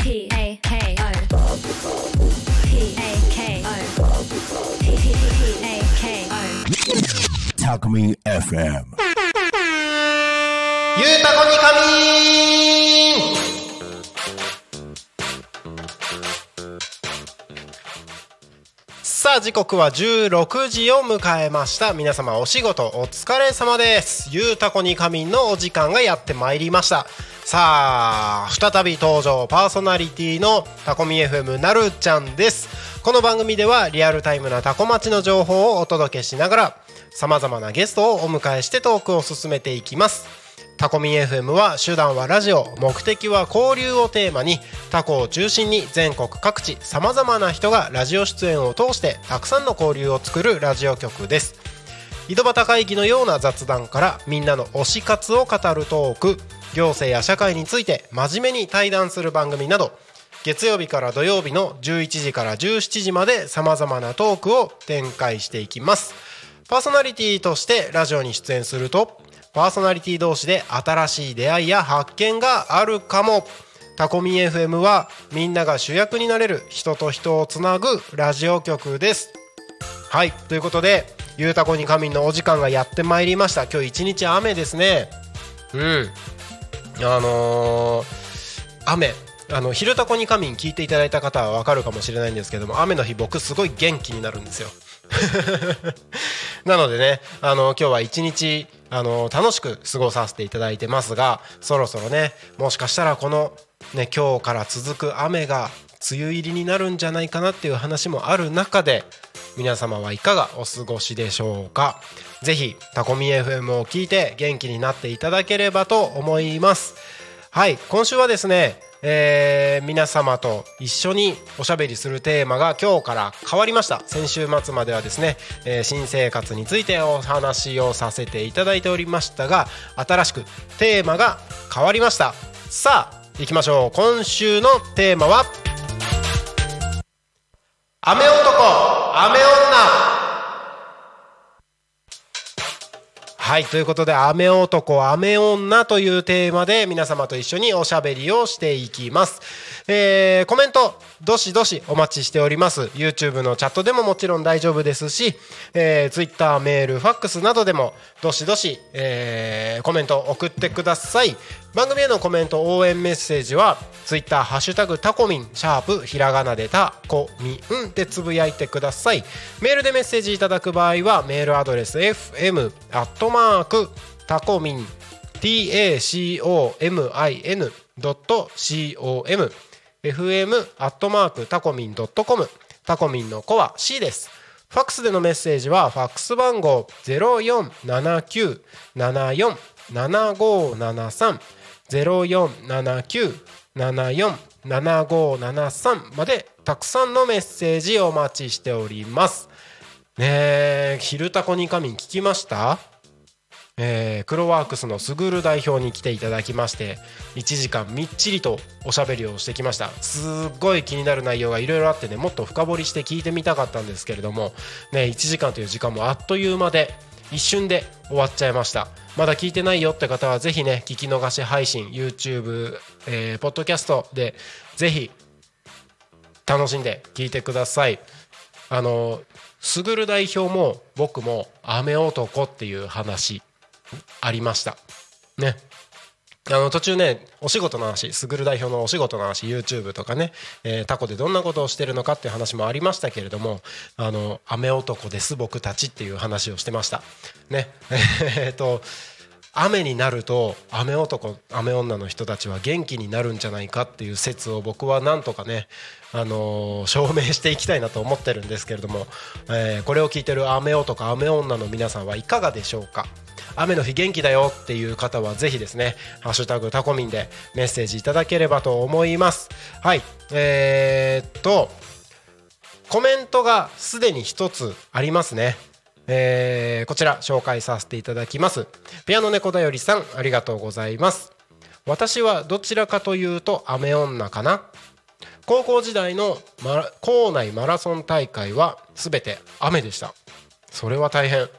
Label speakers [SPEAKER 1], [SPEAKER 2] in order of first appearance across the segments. [SPEAKER 1] P A K O P A K O P A K O
[SPEAKER 2] Takumi FM.
[SPEAKER 3] ゆうたこにかみんさあ時刻は16時を迎えました皆様お仕事お疲れ様ですゆうたこにかみんのお時間がやってまいりましたさあ再び登場パーソナリティのタコミ FM なるちゃんですこの番組ではリアルタイムなタコ町の情報をお届けしながらさまざまなゲストをお迎えしてトークを進めていきますタコミン FM は手段はラジオ目的は交流をテーマにタコを中心に全国各地さまざまな人がラジオ出演を通してたくさんの交流を作るラジオ局です井戸端会議のような雑談からみんなの推し活を語るトーク行政や社会について真面目に対談する番組など月曜日から土曜日の11時から17時までさまざまなトークを展開していきますパーソナリティとしてラジオに出演するとパーソナリティ同士で新しい出会いや発見があるかもタコミン FM はみんなが主役になれる人と人をつなぐラジオ局ですはいということで「ゆうたこに仮眠」のお時間がやってまいりました今日一日雨ですねうんあのー雨あの「昼たこに仮眠」聞いていただいた方はわかるかもしれないんですけども雨の日僕すごい元気になるんですよ なのでねあの今日は一日あの楽しく過ごさせていただいてますがそろそろねもしかしたらこの、ね、今日から続く雨が梅雨入りになるんじゃないかなっていう話もある中で皆様はいかがお過ごしでしょうかぜひタコミ FM を聞いて元気になっていただければと思いますはい今週はですね、えー皆様と一緒におしゃべりするテーマが今日から変わりました先週末まではですね、えー新生活についてお話をさせていただいておりましたが新しくテーマが変わりましたさあ行きましょう今週のテーマは雨男雨女はいということで「雨男雨女」というテーマで皆様と一緒におしゃべりをしていきます、えーコメントどしどしお待ちしております YouTube のチャットでももちろん大丈夫ですし、えー Twitter メールファックスなどでもどしどし、えーコメントを送ってください番組へのコメント応援メッセージは Twitter「ハッシュタグタコミン」シャープひらがなでタコミンでつぶやいてくださいメールでメッセージいただく場合はメールアドレス fm アットマークタコミン tacomin.com fm アットマークタコミン .com タコミンの子は C ですファックスでのメッセージはファックス番号0479747573 0479747573までたくさんのメッセージお待ちしております。ねえ、昼タコに神聞きましたえー、クロワークスのすぐる代表に来ていただきまして1時間みっちりとおしゃべりをしてきましたすっごい気になる内容がいろいろあってねもっと深掘りして聞いてみたかったんですけれども、ね、1時間という時間もあっという間で一瞬で終わっちゃいましたまだ聞いてないよって方はぜひね聞き逃し配信 YouTube、えー、ポッドキャストでぜひ楽しんで聞いてくださいあのすぐる代表も僕も雨男っていう話ありましたねあの途中ねお仕事の話すぐる代表のお仕事の話 YouTube とかね、えータコでどんなことをしてるのかっていう話もありましたけれども「あの雨男です僕たち」っていう話をしてましたね えっと雨になると雨男雨女の人たちは元気になるんじゃないかっていう説を僕はなんとかね、あのー証明していきたいなと思ってるんですけれども、えーこれを聞いてる雨男雨女の皆さんはいかがでしょうか雨の日元気だよっていう方はぜひですね「ハッシュタグタコミン」でメッセージいただければと思いますはいえーっとコメントがすでに一つありますね。えーこちら紹介させていただきます。ピアノ猫だよりさん、ありがとうございます。私はどちらかというと雨女かな。高校時代のマラ校内マラソン大会はすべて雨でした。それは大変。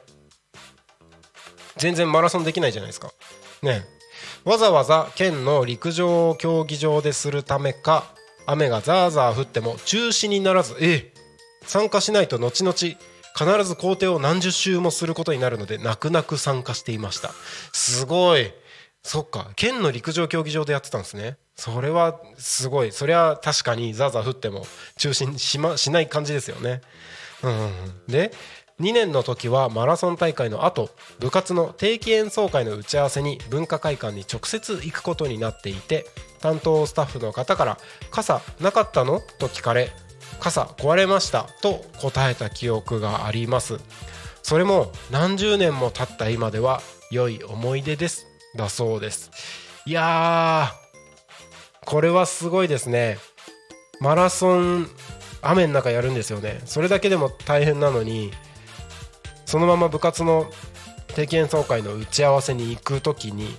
[SPEAKER 3] 全然マラソンできないじゃないですか。ねえわざわざ県の陸上競技場でするためか雨がザーザー降っても中止にならずええ参加しないと後々必ず工程を何十周もすることになるので泣く泣く参加していましたすごいそっか県の陸上競技場でやってたんですねそれはすごいそりゃ確かにザーザー降っても中止し,、ま、しない感じですよねうんうんうんで2年の時はマラソン大会の後部活の定期演奏会の打ち合わせに文化会館に直接行くことになっていて担当スタッフの方から「傘なかったの?」と聞かれ「傘壊れました」と答えた記憶がありますそれも何十年も経った今では良い思い出ですだそうですいやーこれはすごいですねマラソン雨の中やるんですよねそれだけでも大変なのにそのまま部活の定期演奏会の打ち合わせに行く時に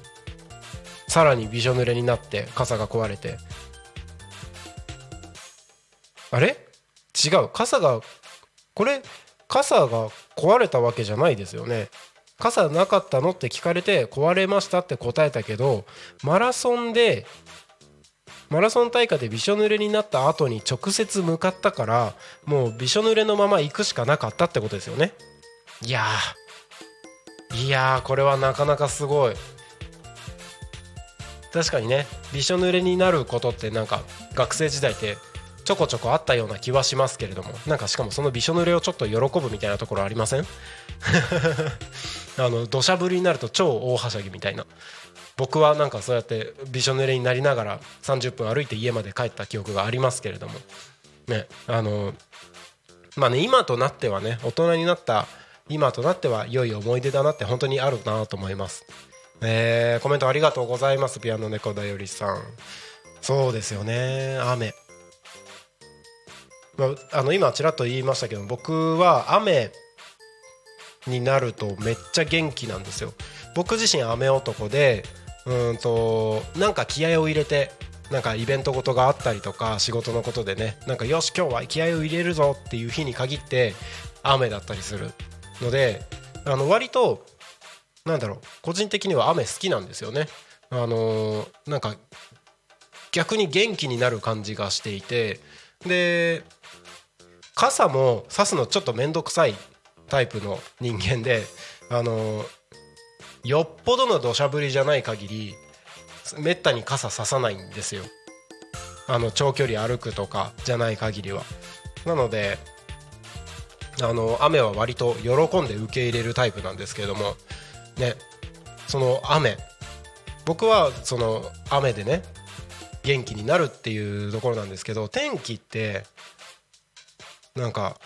[SPEAKER 3] さらにびしょ濡れになって傘が壊れてあれ違う傘がこれ傘が壊れたわけじゃないですよね傘なかったのって聞かれて壊れましたって答えたけどマラソンでマラソン大会でびしょ濡れになった後に直接向かったからもうびしょ濡れのまま行くしかなかったってことですよねいやーいやーこれはなかなかすごい確かにねびしょ濡れになることってなんか学生時代ってちょこちょこあったような気はしますけれどもなんかしかもそのびしょ濡れをちょっと喜ぶみたいなところありません あの土砂降りになると超大はしゃぎみたいな僕はなんかそうやってびしょ濡れになりながら30分歩いて家まで帰った記憶がありますけれどもねあのまあね今となってはね大人になった今となっては良い思い出だなって本当にあるなと思いますえーコメントありがとうございますピアノ猫だよりさんそうですよね雨まあ、あの今ちらっと言いましたけど僕は雨になるとめっちゃ元気なんですよ僕自身雨男でうーんとなんか気合を入れてなんかイベントごとがあったりとか仕事のことでねなんかよし今日は気合を入れるぞっていう日に限って雨だったりするのであの割となんだろう個人的には雨好きなんですよねあのーなんか逆に元気になる感じがしていてで傘も差すのちょっと面倒くさいタイプの人間であのよっぽどの土砂降りじゃない限りめったに傘差さないんですよあの長距離歩くとかじゃない限りはなのであの雨は割と喜んで受け入れるタイプなんですけどもねその雨僕はその雨でね元気になるっていうところなんですけど天気ってなんか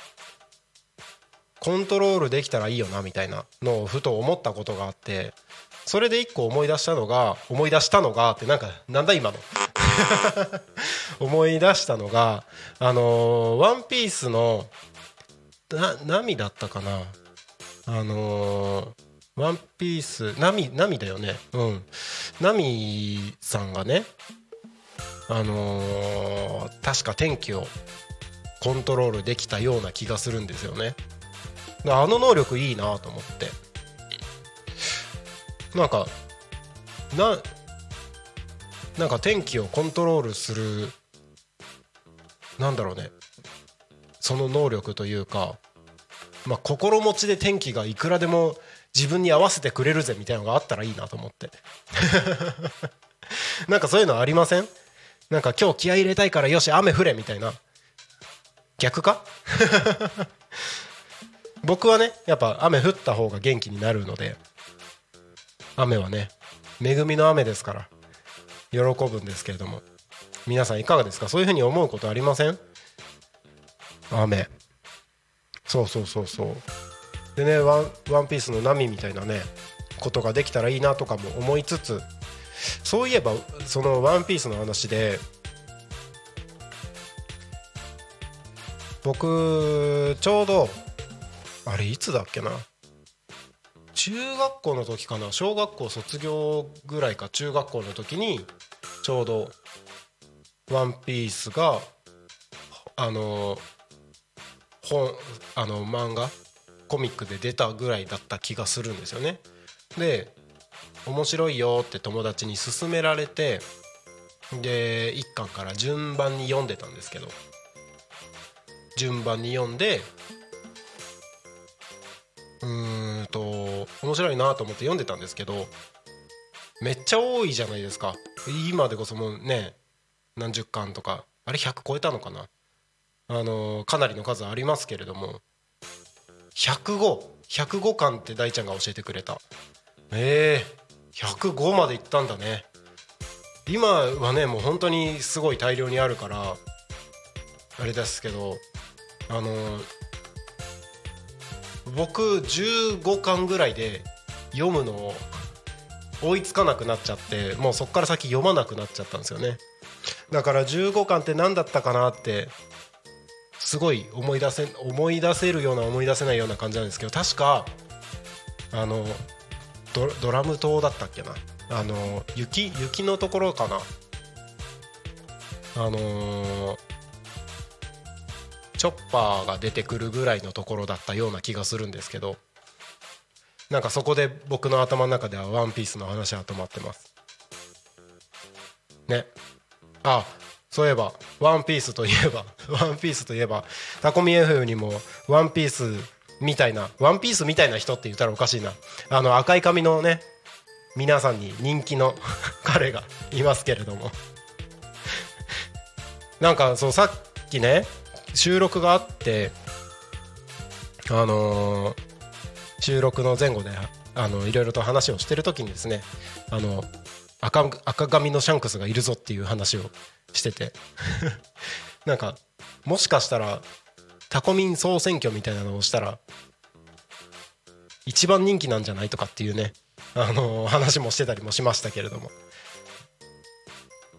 [SPEAKER 3] コントロールできたらいいよなみたいなのをふと思ったことがあってそれで一個思い出したのが思い出したのがってなんかなんだ今の 思い出したのがあのーワンピースのな波だったかなあのーワンピース波波だよねうん波さんがねあのー確か天気をコントロールできたような気がするんですよね。であの能力いいなと思ってなんかななんか天気をコントロールするなんだろうねその能力というか、まあ、心持ちで天気がいくらでも自分に合わせてくれるぜみたいなのがあったらいいなと思って なんかそういうのありませんなんか今日気合い入れたいからよし雨降れみたいな逆か 僕はねやっぱ雨降った方が元気になるので雨はね恵みの雨ですから喜ぶんですけれども皆さんいかがですかそういうふうに思うことありません雨そうそうそうそうでねワン「ワンピースの波みたいなねことができたらいいなとかも思いつつそういえばその「ワンピースの話で僕ちょうどあれいつだっけな中学校の時かな小学校卒業ぐらいか中学校の時にちょうど「ワンピースがあの本あの漫画コミックで出たぐらいだった気がするんですよね。で面白いよって友達に勧められてで1巻から順番に読んでたんですけど順番に読んでうーんと面白いなと思って読んでたんですけどめっちゃ多いじゃないですか今でこそもうね何十巻とかあれ100超えたのかなあのかなりの数ありますけれども105105巻って大ちゃんが教えてくれたええ105までいったんだね今はねもう本当にすごい大量にあるからあれですけどあの僕15巻ぐらいで読むのを追いつかなくなっちゃってもうそっから先読まなくなっちゃったんですよねだから15巻って何だったかなってすごい思い出せ思い出せるような思い出せないような感じなんですけど確かあのドドラム島だったっけなあの雪雪のところかなあのーチョッパーが出てくるぐらいのところだったような気がするんですけどなんかそこで僕の頭の中では「ワンピースの話は止まってますねあそういえば「ワンピースといえば 「ワンピースといえばタコミ FM にも「ワンピースみたいな「ワンピースみたいな人って言ったらおかしいなあの赤い髪のね皆さんに人気の 彼がいますけれどもなんかそうさっきね収録があってあのー収録の前後であのいろいろと話をしてる時にですねあの赤赤髪のシャンクスがいるぞっていう話をしてて なんかもしかしたらタコミン総選挙みたいなのをしたら一番人気なんじゃないとかっていうねあの話もしてたりもしましたけれども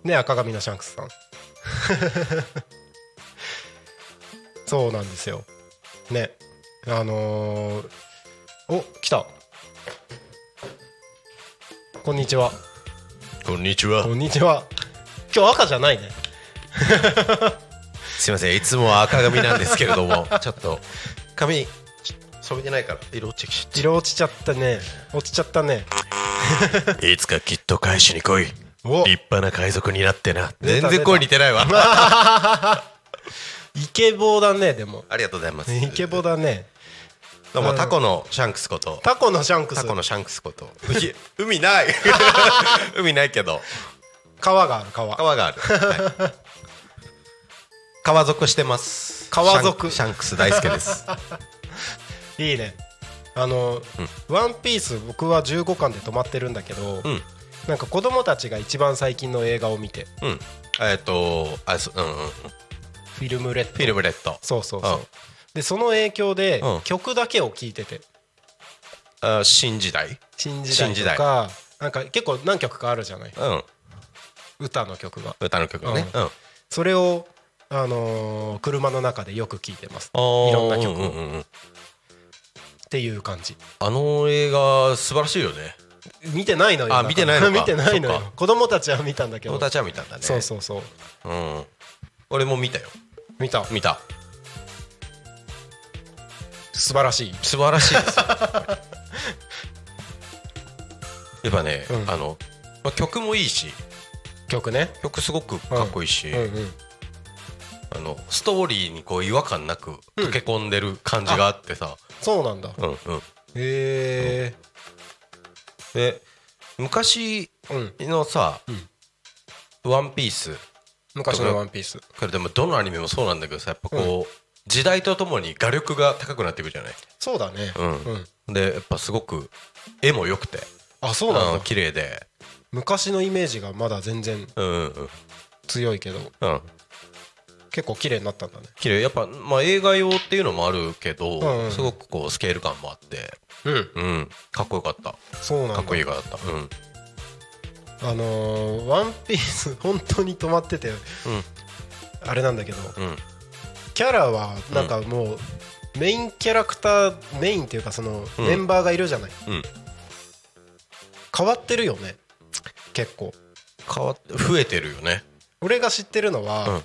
[SPEAKER 3] ね赤髪のシャンクスさんそうなんですよねあのーお来たこんにちは
[SPEAKER 4] こんにちは
[SPEAKER 3] こんにちは今日赤じゃないね
[SPEAKER 4] すいませんいつもは赤髪なんですけれど もちょっと髪染めてないから色落ちてきちゃっ
[SPEAKER 3] 色落ちちゃったね落ちちゃったね
[SPEAKER 4] たいつかきっと返しに来い立
[SPEAKER 3] お
[SPEAKER 4] 派な海賊になってな
[SPEAKER 3] 出た
[SPEAKER 4] 全然声似てないわ
[SPEAKER 3] イケボーだねでも
[SPEAKER 4] ありがとうございます
[SPEAKER 3] イケボーだね
[SPEAKER 4] どうもタコのシャンクスこと
[SPEAKER 3] タコのシャンクス
[SPEAKER 4] タコのシャンクスこといえ海ない 海ないけど
[SPEAKER 3] 川がある川
[SPEAKER 4] 川がある、はい川族してます
[SPEAKER 3] 川族
[SPEAKER 4] シャンシャンクス大好きです
[SPEAKER 3] いいねあの、ワンピース僕は15巻で止まってるんだけど、
[SPEAKER 4] うん
[SPEAKER 3] なんか子供たちが一番最近の映画を見て
[SPEAKER 4] うんえっとあそうんうんうんフ
[SPEAKER 3] フィルムレッド
[SPEAKER 4] ィルムレッド
[SPEAKER 3] そうそうそう、
[SPEAKER 4] うん
[SPEAKER 3] でその影響で、
[SPEAKER 4] うん
[SPEAKER 3] 曲だけを聴いてて
[SPEAKER 4] あ新時代
[SPEAKER 3] 新時代とかなんか結構何曲かあるじゃない
[SPEAKER 4] うん
[SPEAKER 3] 歌の曲が
[SPEAKER 4] 歌の曲がね、
[SPEAKER 3] う
[SPEAKER 4] うんん
[SPEAKER 3] それを、あのー車の中でよく聴いてます
[SPEAKER 4] あー
[SPEAKER 3] いろんな曲を
[SPEAKER 4] ううんうん
[SPEAKER 3] っていう感じ
[SPEAKER 4] あの映画素晴らしいよね
[SPEAKER 3] 見てないのよ
[SPEAKER 4] あ見てないのか
[SPEAKER 3] 見てないの
[SPEAKER 4] そっ
[SPEAKER 3] よ
[SPEAKER 4] か
[SPEAKER 3] 子供たちは見たんだけど
[SPEAKER 4] 友達は見たんだね
[SPEAKER 3] そうそうそう
[SPEAKER 4] う、ん、俺も見たよ
[SPEAKER 3] 見た
[SPEAKER 4] 見た
[SPEAKER 3] 素晴らしい
[SPEAKER 4] 素晴らしいですよ やっぱね、
[SPEAKER 3] うん
[SPEAKER 4] あの、まあ、曲もいいし
[SPEAKER 3] 曲ね
[SPEAKER 4] 曲すごくかっこいいし、
[SPEAKER 3] うんうん
[SPEAKER 4] あのストーリーにこう違和感なく溶け込んでる感じがあってさ、
[SPEAKER 3] そうなんだ
[SPEAKER 4] うんうん
[SPEAKER 3] へ
[SPEAKER 4] で昔
[SPEAKER 3] えうん
[SPEAKER 4] のさ「ワンピース
[SPEAKER 3] 昔の「ワンピース
[SPEAKER 4] これでもどのアニメもそうなんだけどさやっぱこう、時代とともに画力が高くなっていくじゃない、
[SPEAKER 3] そうだね
[SPEAKER 4] うん
[SPEAKER 3] うん
[SPEAKER 4] でやっぱすごく絵も良くて
[SPEAKER 3] あそう
[SPEAKER 4] あ
[SPEAKER 3] なん
[SPEAKER 4] の
[SPEAKER 3] だ
[SPEAKER 4] 綺麗で
[SPEAKER 3] 昔のイメージがまだ全然
[SPEAKER 4] うんうんうん
[SPEAKER 3] 強いけど
[SPEAKER 4] うん
[SPEAKER 3] 結構綺麗になったんだね
[SPEAKER 4] 綺麗やっぱ、まあ、映画用っていうのもあるけど、
[SPEAKER 3] うんうん
[SPEAKER 4] すごくこうスケール感もあって、
[SPEAKER 3] うん
[SPEAKER 4] うん、かっこよかった
[SPEAKER 3] そうなんだ
[SPEAKER 4] かっこいい映画だったうん、うん、
[SPEAKER 3] あのーワンピース 本当に止まっててあれなんだけど
[SPEAKER 4] うん
[SPEAKER 3] キャラはなんかもうメインキャラクターメインっていうかその
[SPEAKER 4] うん
[SPEAKER 3] メンバーがいるじゃない
[SPEAKER 4] うん
[SPEAKER 3] 変わってるよね結構
[SPEAKER 4] 変わっ増えてるよね
[SPEAKER 3] 俺が知ってるのは
[SPEAKER 4] うん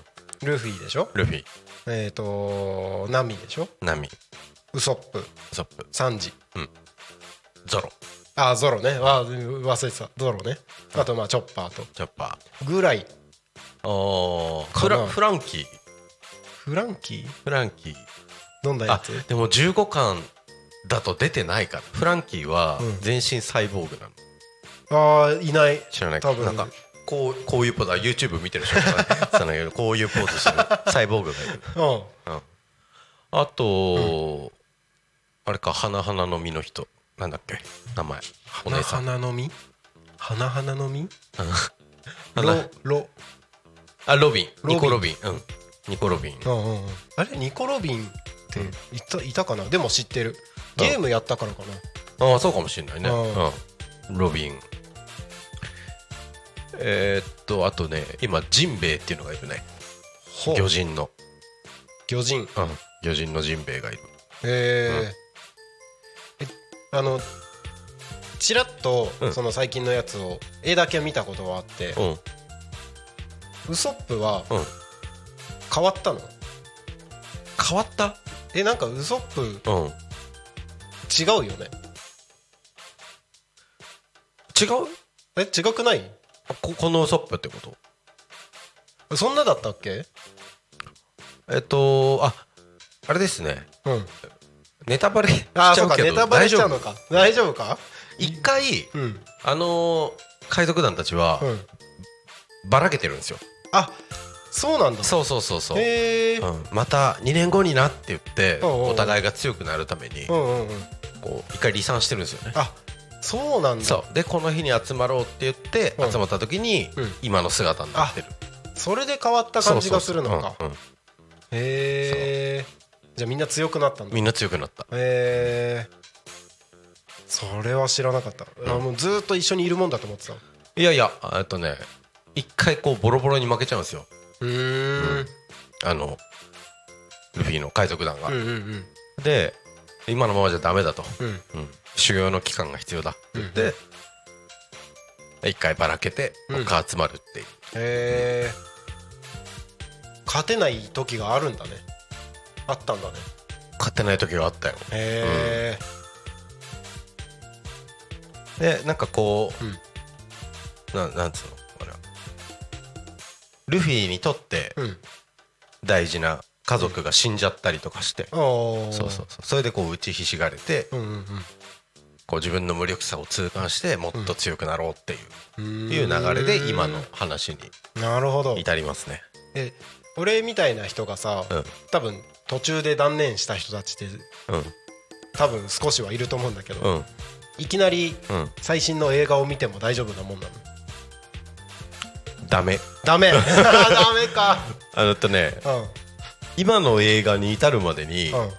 [SPEAKER 3] ルフィでしょ
[SPEAKER 4] ルフィ
[SPEAKER 3] えっとナミでしょ
[SPEAKER 4] ナミ
[SPEAKER 3] ウソップ
[SPEAKER 4] ゾップ
[SPEAKER 3] サンジ
[SPEAKER 4] ゾロ
[SPEAKER 3] あゾロねあ忘れてたゾロねあとまあチョッパーと
[SPEAKER 4] チョッパ
[SPEAKER 3] ぐらい
[SPEAKER 4] おー
[SPEAKER 3] か
[SPEAKER 4] フ
[SPEAKER 3] な
[SPEAKER 4] ラフランキー
[SPEAKER 3] フランキ
[SPEAKER 4] フランキー
[SPEAKER 3] ー飲んだや
[SPEAKER 4] あ
[SPEAKER 3] つ
[SPEAKER 4] でも15巻だと出てないからフランキーは
[SPEAKER 3] うん
[SPEAKER 4] 全身サイボーグなの
[SPEAKER 3] ああいない
[SPEAKER 4] 知らない
[SPEAKER 3] 多分
[SPEAKER 4] なんかこうこういうポーズあ YouTube 見てる人とか言ってたん だけどこういうポーズしてるサイボーグがいる
[SPEAKER 3] うん
[SPEAKER 4] あと、あれか花花の実の人なんだっけ名前お姉さん
[SPEAKER 3] 花の実花花の実
[SPEAKER 4] 花
[SPEAKER 3] ロロ
[SPEAKER 4] あロビン
[SPEAKER 3] ロビン
[SPEAKER 4] ニコロビンうんニコロビン
[SPEAKER 3] うんうんうんあれニコロビンっていたいたかなでも知ってるゲームやったからか
[SPEAKER 4] ああそうかもしれないね、
[SPEAKER 3] う
[SPEAKER 4] うん、ロビンえーっとあとね今ジンベエっていうのがいるね
[SPEAKER 3] な
[SPEAKER 4] 魚人の、
[SPEAKER 3] 魚人
[SPEAKER 4] うん、魚人のジンベエがいる
[SPEAKER 3] えーえあのちらっと
[SPEAKER 4] うん
[SPEAKER 3] その最近のやつを絵だけ見たことがあって
[SPEAKER 4] うん
[SPEAKER 3] ウソップは
[SPEAKER 4] うん
[SPEAKER 3] 変わったの
[SPEAKER 4] 変わった
[SPEAKER 3] えなんかウソップ
[SPEAKER 4] うん違う
[SPEAKER 3] 違うよねえ違くない
[SPEAKER 4] ここのウソップってこと
[SPEAKER 3] そんなだったっけ
[SPEAKER 4] えっとああれですね
[SPEAKER 3] うん
[SPEAKER 4] ネタバレしち
[SPEAKER 3] ああ
[SPEAKER 4] ゃ
[SPEAKER 3] そう
[SPEAKER 4] う
[SPEAKER 3] か
[SPEAKER 4] け
[SPEAKER 3] ネ
[SPEAKER 4] ど
[SPEAKER 3] タバレ
[SPEAKER 4] 大
[SPEAKER 3] しち
[SPEAKER 4] 丈
[SPEAKER 3] ゃう
[SPEAKER 4] 夫
[SPEAKER 3] のか大丈夫か
[SPEAKER 4] 一回
[SPEAKER 3] うん
[SPEAKER 4] あのー海賊団たちは
[SPEAKER 3] うん
[SPEAKER 4] ばらけてるんですよ、
[SPEAKER 3] あそうなんだ
[SPEAKER 4] そうそうそうそう、
[SPEAKER 3] へえうん
[SPEAKER 4] うんまた2年後になって言って
[SPEAKER 3] うんうんうん
[SPEAKER 4] お互いが強くなるために
[SPEAKER 3] うんうん
[SPEAKER 4] こう一回離散してるんですよね
[SPEAKER 3] あそうなんだ
[SPEAKER 4] そうでこの日に集まろうって言って
[SPEAKER 3] うん
[SPEAKER 4] 集まった時に
[SPEAKER 3] うん
[SPEAKER 4] 今の姿になってる
[SPEAKER 3] それで変わった
[SPEAKER 4] そう
[SPEAKER 3] 感じがするの
[SPEAKER 4] そう
[SPEAKER 3] か
[SPEAKER 4] そううんうん
[SPEAKER 3] へえじゃあみんな強くなったんだ
[SPEAKER 4] みんな強くなった
[SPEAKER 3] へえそれは知らなかった、あもうずーっと一緒にいるもんだと思ってたう
[SPEAKER 4] いやいやえっとね一回こうボロボロに負けちゃうんですよ
[SPEAKER 3] ーん
[SPEAKER 4] あのルフィの海賊団が、
[SPEAKER 3] うんうん
[SPEAKER 4] で今のままじゃダメだと、
[SPEAKER 3] うん
[SPEAKER 4] うん修行の期間が必要だって言って、一回ばらけて
[SPEAKER 3] うん
[SPEAKER 4] 他集まるっていう、
[SPEAKER 3] へえ勝てない時があるんだねあったんだね
[SPEAKER 4] 勝てない時があったよ
[SPEAKER 3] へえ
[SPEAKER 4] でなんかこ
[SPEAKER 3] うん
[SPEAKER 4] う、なん、なんつうのこれはルフィにとって
[SPEAKER 3] うん
[SPEAKER 4] 大事な家族が死んじゃったりとかして、
[SPEAKER 3] ああ
[SPEAKER 4] そうそうそうそれでこう打ちひしがれて、
[SPEAKER 3] うんうん
[SPEAKER 4] こう自分の無力さを痛感してもっと強くなろうっていう,、
[SPEAKER 3] うん
[SPEAKER 4] いう流れで今の
[SPEAKER 3] う
[SPEAKER 4] 話
[SPEAKER 3] ーんなるほど
[SPEAKER 4] に至りますね、
[SPEAKER 3] え俺みたいな人がさ、
[SPEAKER 4] うん
[SPEAKER 3] 多分途中で断念した人たちって
[SPEAKER 4] うん
[SPEAKER 3] 多分少しはいると思うんだけど、
[SPEAKER 4] うん
[SPEAKER 3] いきなり
[SPEAKER 4] うん
[SPEAKER 3] 最新の映画を見ても大丈夫なもんなの
[SPEAKER 4] ダメ
[SPEAKER 3] ダメ ダメか
[SPEAKER 4] あだってね
[SPEAKER 3] う
[SPEAKER 4] 今の映画に至るまでに、
[SPEAKER 3] んうん